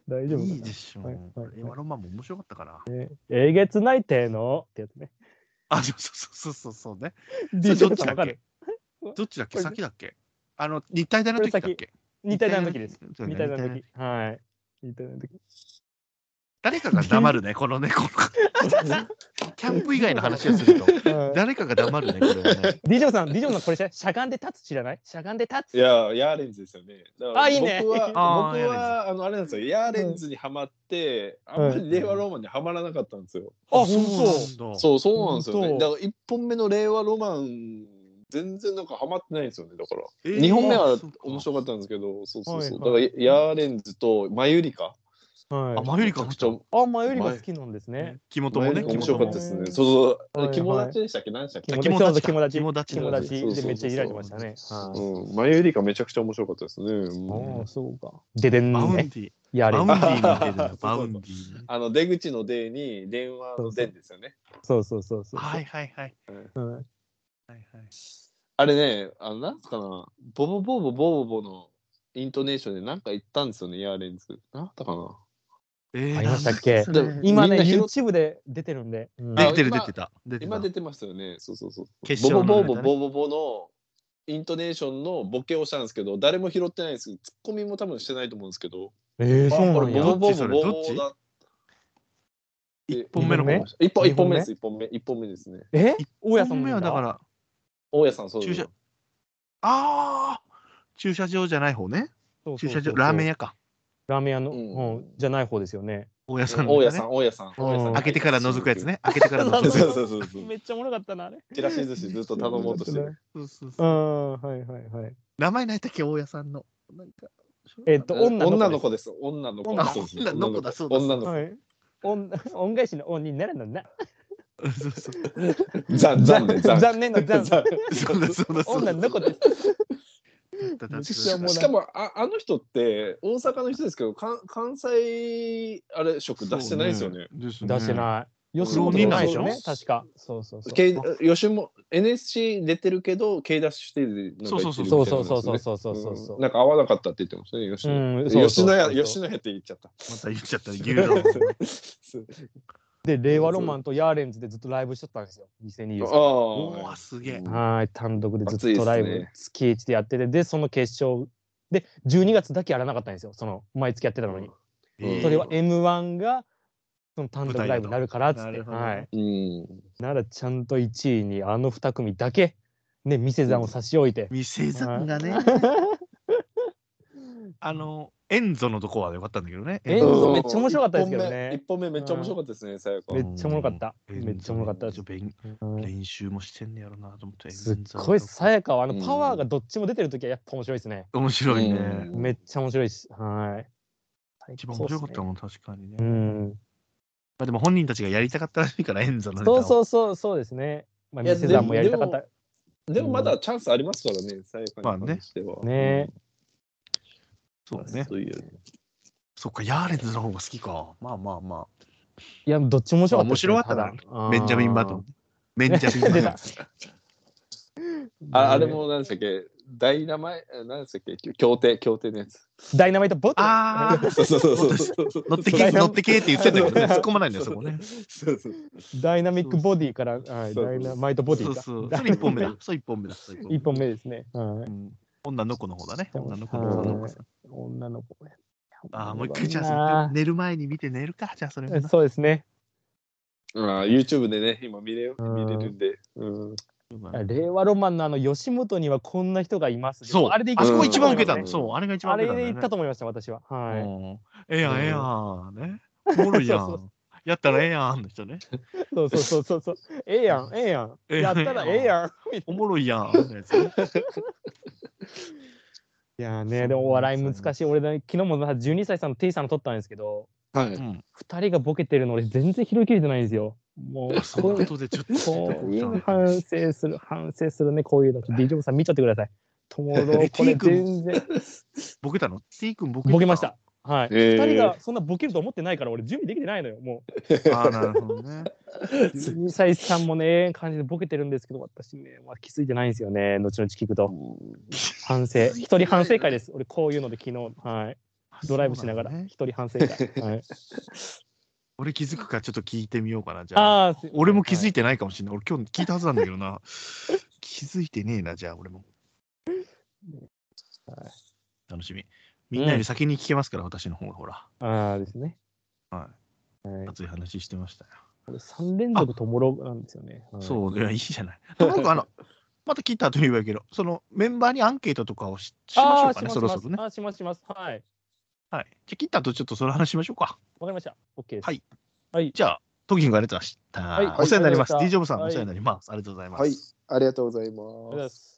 Speaker 2: 大丈夫かない
Speaker 1: いでしょ。
Speaker 2: はいはいう
Speaker 1: 令和ロマンも面白かったから。
Speaker 2: えげつないてのってやつね。
Speaker 1: あ、そうそうそうそうそうね。
Speaker 2: DJ
Speaker 1: どっ
Speaker 2: さ
Speaker 1: ち
Speaker 2: ん
Speaker 1: だ
Speaker 2: わ
Speaker 1: っ
Speaker 2: か
Speaker 1: け
Speaker 2: る
Speaker 1: どっちだっけ
Speaker 2: これ
Speaker 1: 先だっけあの、日体大の時だっ
Speaker 2: これ
Speaker 1: け
Speaker 2: 似たような時です。。
Speaker 1: そうね
Speaker 2: 似たような
Speaker 1: 日体大
Speaker 2: 時。はい。似たような時。
Speaker 1: 誰かが黙る ね、このね、このキャンプ以外の話をすると。
Speaker 2: はい
Speaker 1: 誰かが黙るね、これはね。
Speaker 2: DJ さん、DJ さんこれしゃしゃがんで立つ知らないしゃがんで立
Speaker 3: い
Speaker 2: つ。
Speaker 3: やー、ヤーレンズですよね。だから
Speaker 2: あいいね
Speaker 3: 僕は、
Speaker 1: あー
Speaker 3: 僕は、あの、あれなんですよ。ヤーレンズにハマって、あんまり令和ロマンにはまらなかったんですよ。
Speaker 2: あ
Speaker 1: そうなんだ。
Speaker 3: そう、そうなんですよ
Speaker 2: 本
Speaker 3: ね。
Speaker 2: 当
Speaker 3: だから、一本目の令和ロマン、全然なんかハマってないんですよね。だから、
Speaker 1: えー
Speaker 3: 二本目は
Speaker 1: そうか
Speaker 3: 面白かったんですけど、そうそうそう。
Speaker 2: はいはい
Speaker 3: だから、ヤーレンズとマユリカ。
Speaker 2: はい
Speaker 1: あ、マユリカ
Speaker 3: めちゃくちゃ
Speaker 2: あ、前よりが好きなんですね。
Speaker 1: 木本
Speaker 3: マ
Speaker 1: も
Speaker 3: ユ
Speaker 1: ね、
Speaker 3: リカ
Speaker 1: 木
Speaker 3: 面白か
Speaker 1: 本
Speaker 3: った
Speaker 1: も
Speaker 3: で。す
Speaker 2: は
Speaker 3: ね。
Speaker 2: い
Speaker 3: そう
Speaker 2: はい
Speaker 3: そ
Speaker 2: は
Speaker 3: う、
Speaker 2: い
Speaker 3: 友達でしたっけ何でしたっけ
Speaker 1: あ
Speaker 2: 友達友達
Speaker 1: 肝立ち
Speaker 2: 友達
Speaker 3: そうそうそう
Speaker 2: でめっちゃいられてましたね。はい
Speaker 3: うん、マユリカめちゃくちゃ面白かったですね。うん
Speaker 2: ああ、そうか。ででん
Speaker 1: バウンデ
Speaker 2: ね。
Speaker 1: ィ。
Speaker 2: やれ
Speaker 1: バウン。ディの出てるバ
Speaker 3: そうそうそう
Speaker 1: ウンディね。
Speaker 3: あの出口の「デ」に電話の「デ」ですよね。
Speaker 2: そうそうそうそう。
Speaker 1: はいはいはい。
Speaker 2: うん
Speaker 1: はいはい
Speaker 3: あれね、あのなんすかな、ボボボボボボボのイントネーションでなんか言ったんですよね、ヤーレンズ。なんだったかな。
Speaker 1: えー
Speaker 2: ありましたっけ
Speaker 1: なんだそれ
Speaker 3: で
Speaker 2: 今ね、
Speaker 3: みんな拾っ
Speaker 2: YouTube で出てるんで。うん
Speaker 1: 出てる出
Speaker 3: あ今
Speaker 1: てた。出てた
Speaker 3: 今出てますよね。そうそうそう。
Speaker 1: 決
Speaker 3: ボ
Speaker 1: 勝
Speaker 3: ボボ
Speaker 1: のネ
Speaker 3: ボ
Speaker 1: タね
Speaker 3: ボボボのイントネーションのボケをしたんですけど、誰も拾ってないんですけど、ツッコミも多分してないと思うんですけど、
Speaker 2: えー、
Speaker 3: あ
Speaker 2: そう
Speaker 3: こ
Speaker 2: な
Speaker 3: れ
Speaker 2: ん
Speaker 1: あ
Speaker 2: や。
Speaker 3: ボ
Speaker 1: どっ
Speaker 3: ボボ
Speaker 1: ちそ
Speaker 3: ボボ
Speaker 1: れ
Speaker 3: ボボ
Speaker 1: ど
Speaker 3: だ。
Speaker 1: 一本目の
Speaker 2: 二本目。
Speaker 1: 方
Speaker 3: 一
Speaker 2: 二本
Speaker 3: 本一本
Speaker 2: 目
Speaker 3: 目です、一本目。一本目ですね。
Speaker 2: え
Speaker 1: 一
Speaker 2: 大家
Speaker 1: 本
Speaker 2: さん
Speaker 1: 目はだから、
Speaker 3: 大家さんそうだ
Speaker 1: 駐車ああ駐車場じゃない方ね。
Speaker 2: そうそ
Speaker 1: 駐
Speaker 2: うそう
Speaker 1: 車場、ラーメン屋か。
Speaker 2: ラーメン屋の、
Speaker 3: う
Speaker 2: うんんじゃない方ですよね。
Speaker 1: 大家さんの、ね。
Speaker 3: 大家さん、大家さん。大家さん
Speaker 1: 開けてから覗くやつ。ね。開けてから覗
Speaker 3: そう
Speaker 1: く
Speaker 3: そ
Speaker 1: や
Speaker 3: うそうそう。
Speaker 2: っちゃおもろかったな、あれ。
Speaker 3: チラシ寿司ずっと頼もうとしてる。
Speaker 1: つそうそう
Speaker 2: う
Speaker 1: そう。
Speaker 2: ん、はいはいはい。
Speaker 1: 名前ないたっけ、大家さんの。なんか
Speaker 2: えっと、女の子
Speaker 3: 女の子です。女の子。
Speaker 1: 女の
Speaker 3: そ
Speaker 1: 子
Speaker 3: うそう
Speaker 1: 女の子だそうだ
Speaker 3: 女の
Speaker 2: は
Speaker 3: 子。
Speaker 2: い。恩恩返しの恩になるのな。
Speaker 1: そうそう
Speaker 3: 残 残念残
Speaker 2: 残念の残。
Speaker 3: 残
Speaker 1: そうだそうだそうだ
Speaker 2: 女の子です。
Speaker 1: だだだ
Speaker 2: めちゃくちゃおもろい
Speaker 3: しかもああの人って大阪の人ですけど関関西あれ職出してないですよね。
Speaker 1: ですね
Speaker 2: 出してない。
Speaker 3: ん
Speaker 2: 吉本とか
Speaker 3: 黒二枚で
Speaker 2: ね、
Speaker 1: しょ
Speaker 2: 確か。そうそうそう。
Speaker 3: K 吉本 NSC 出てるけど K ダッシュしてるなんか言って
Speaker 2: そう
Speaker 3: るみたいなやつね
Speaker 2: そうそうそうそうそうそうそう
Speaker 3: うんなんか合わなかったって言ってましたね吉野、
Speaker 2: うんそうそう
Speaker 3: 吉野
Speaker 2: そうそ
Speaker 3: 家
Speaker 2: う
Speaker 3: 吉野家って言っちゃった。
Speaker 1: また言っちゃった牛丼
Speaker 2: で、令和ロマンとヤーレンズでずっとライブしとったんですよ。2020。
Speaker 1: お
Speaker 3: あ
Speaker 1: ー
Speaker 3: あ。
Speaker 1: すげえ
Speaker 2: はい、単独でずっとライ
Speaker 3: 熱いっす
Speaker 2: ブ
Speaker 3: ね、
Speaker 2: 月一でやってて、で、その決勝で、12月だけやらなかったんですよ、その、毎月やってたのに。
Speaker 3: うん
Speaker 2: それは M1 が、その単独ライブになるからっつっ
Speaker 1: 舞
Speaker 2: て、
Speaker 1: 台だとな
Speaker 2: は
Speaker 1: る
Speaker 2: い。
Speaker 3: うん。
Speaker 2: ならちゃんと1位にあの2組だけ、ね、店山を差し置いて。
Speaker 1: 店山がね あのエンゾのとこは良かったんだけどね
Speaker 2: エンゾめっちゃ面白かったですけどね
Speaker 3: 一本目一本目めっちゃ面白かったですね、さやか
Speaker 2: め。っちゃおもろかった。
Speaker 1: エンゾ
Speaker 2: めっちゃおもろかったです
Speaker 1: ちょ。勉
Speaker 2: うん
Speaker 1: 練習もしてんねやろなと思って
Speaker 2: すっごいさ
Speaker 1: や
Speaker 2: やかはあ
Speaker 3: うん
Speaker 2: のパワーがどっちも出てる時はやっぱ面白いですね。
Speaker 1: 面白いね
Speaker 3: うん
Speaker 2: めっちゃ面白いし、はい。
Speaker 1: 一番面白かった
Speaker 2: もん。
Speaker 1: もん確かにね
Speaker 2: う
Speaker 1: ま
Speaker 2: ん。
Speaker 1: あでも本人たちがやりたかったらしいからエンゾのネタ
Speaker 2: そう
Speaker 1: を
Speaker 2: そうそうそうですね。まあ、
Speaker 3: いや
Speaker 2: 店さんもやりたかっ
Speaker 3: で
Speaker 2: た。
Speaker 3: でもまだチャンスありますからね、さやかに関しては。
Speaker 2: ね
Speaker 1: そうね
Speaker 3: そういう。
Speaker 1: そっかヤーレンズの方が好きかまあまあま
Speaker 2: いや、どっちも面白かった、
Speaker 1: 面白かったなあ
Speaker 2: な
Speaker 1: ベンジャミン・バトン。ベンジャミン・
Speaker 2: 出
Speaker 1: バ
Speaker 2: た
Speaker 1: トン
Speaker 3: ああれ。も何でしたっけダイナマイ、何でしたっけ協定、協定のやつ。
Speaker 2: ダイナマイトボトル。
Speaker 1: あー
Speaker 3: そうそうそうそう
Speaker 1: 乗ってけ
Speaker 2: そう
Speaker 1: 乗ってけって言ってんだけどね
Speaker 3: そう
Speaker 1: 突っ込まないんだよそこね
Speaker 3: そうそう
Speaker 2: ダイナミックボディから、は
Speaker 3: そう
Speaker 2: い、
Speaker 3: そう
Speaker 2: ダイナマイトボディか。
Speaker 1: そうそう。それ一本目だ。そう一本目だ。そう
Speaker 2: 一本目ですね。はい
Speaker 1: うん女の子の方だね。女の子の方だ
Speaker 2: は
Speaker 1: ね
Speaker 2: い女の子ね。
Speaker 1: ああ、もう一回じゃあ
Speaker 2: あ
Speaker 1: 寝る前に見て寝るか。じゃあそれもな。
Speaker 2: そうですね。
Speaker 3: ああ YouTube でね、今見れよ
Speaker 2: うん
Speaker 3: 見れるんで。うん
Speaker 2: 令和ロマンのあの吉本にはこんな人がいます。
Speaker 1: そう。
Speaker 2: あれで行
Speaker 1: あ
Speaker 2: く
Speaker 1: そこ
Speaker 3: うん
Speaker 1: 一番受けた
Speaker 3: う
Speaker 1: の。
Speaker 3: ん
Speaker 1: そう。あれが一
Speaker 2: あ
Speaker 1: 番受け
Speaker 2: れ
Speaker 1: たんだ
Speaker 2: で
Speaker 1: よ
Speaker 2: 行った
Speaker 1: ね
Speaker 2: と思いました、私は。は
Speaker 1: うん。ええやんええやん。ね。おもろいや
Speaker 2: そうそ
Speaker 1: ん。やったらええやんの人ね。
Speaker 2: い。そうそうそうそうそう。ええやん、ええやん。
Speaker 1: え
Speaker 2: や
Speaker 1: えやん
Speaker 2: ったらええやん。
Speaker 1: おもろいやんのやつね。
Speaker 2: いやーね、でもお笑い難しい。俺ね、昨日もな12歳さんのテイさんの撮ったんですけど、
Speaker 3: は
Speaker 1: う
Speaker 3: い。
Speaker 1: ん。
Speaker 2: 2人がボケてるの俺全然拾いきれてないんですよ。もう、
Speaker 1: その
Speaker 2: こう
Speaker 1: ことでちょっと。
Speaker 2: こう
Speaker 3: うん
Speaker 2: 反省す る、反省するね、こういうの。DJ さん見ちゃってください。友達、こ
Speaker 1: T
Speaker 2: れ
Speaker 1: 君
Speaker 2: 全然。
Speaker 1: ボケたの ?T 君ボケた
Speaker 2: ボケまし。た。はい。
Speaker 3: えー
Speaker 2: 二人がそんなボケると思ってないから、俺準備できてないのよ。も
Speaker 1: ああ、なるほどね。
Speaker 2: う、2歳さんもね、ええ感じでボケてるんですけど、私ね、まあ、気づいてないんですよね。後々聞くと。反省。一人反省会です。俺、こういうので昨日、はい。 ドライブしながら、
Speaker 1: そうだね
Speaker 2: 一人反省会。 はい、
Speaker 1: 俺気づくかちょっと聞いてみようかな。じゃあ。
Speaker 2: ああ、す
Speaker 1: 俺も気づ
Speaker 2: はい
Speaker 1: てないかもしれない。俺今日聞いたはずなんだけどな。気づいてねえな、じゃあ俺も。
Speaker 2: はい
Speaker 1: 楽しみ。みんなより先に聞けますから、私の方がほら、
Speaker 2: いああですね。
Speaker 1: 熱い話してましたよ。
Speaker 2: 俺、3連続ともろなんですよね。はい
Speaker 1: そう、いや、いいじゃない。なんかあの、 また聞いた後に言えばいいけど、そのメンバーにアンケートとかをししましょ
Speaker 2: あ
Speaker 1: う
Speaker 2: ー
Speaker 1: か
Speaker 2: し
Speaker 1: ね、
Speaker 2: ま
Speaker 1: そ
Speaker 2: す
Speaker 1: ろそろね。
Speaker 2: あーしますします。はい。
Speaker 1: はい。じゃあ切った後ちょっとその話しましょうか。
Speaker 2: わかりました。OK です。
Speaker 1: はい
Speaker 2: はい。
Speaker 1: じゃあ、トキンがありがとうございました。
Speaker 2: はい
Speaker 1: お世話になります。
Speaker 2: あり
Speaker 1: d
Speaker 2: が
Speaker 1: ジ
Speaker 2: とう
Speaker 1: ョブ
Speaker 2: ござい
Speaker 1: さ
Speaker 2: ました
Speaker 1: ん、お世話になります。ありがとうございます。
Speaker 3: はい、ありがとうござい
Speaker 2: ありがとうござい
Speaker 3: ま。
Speaker 2: ますす。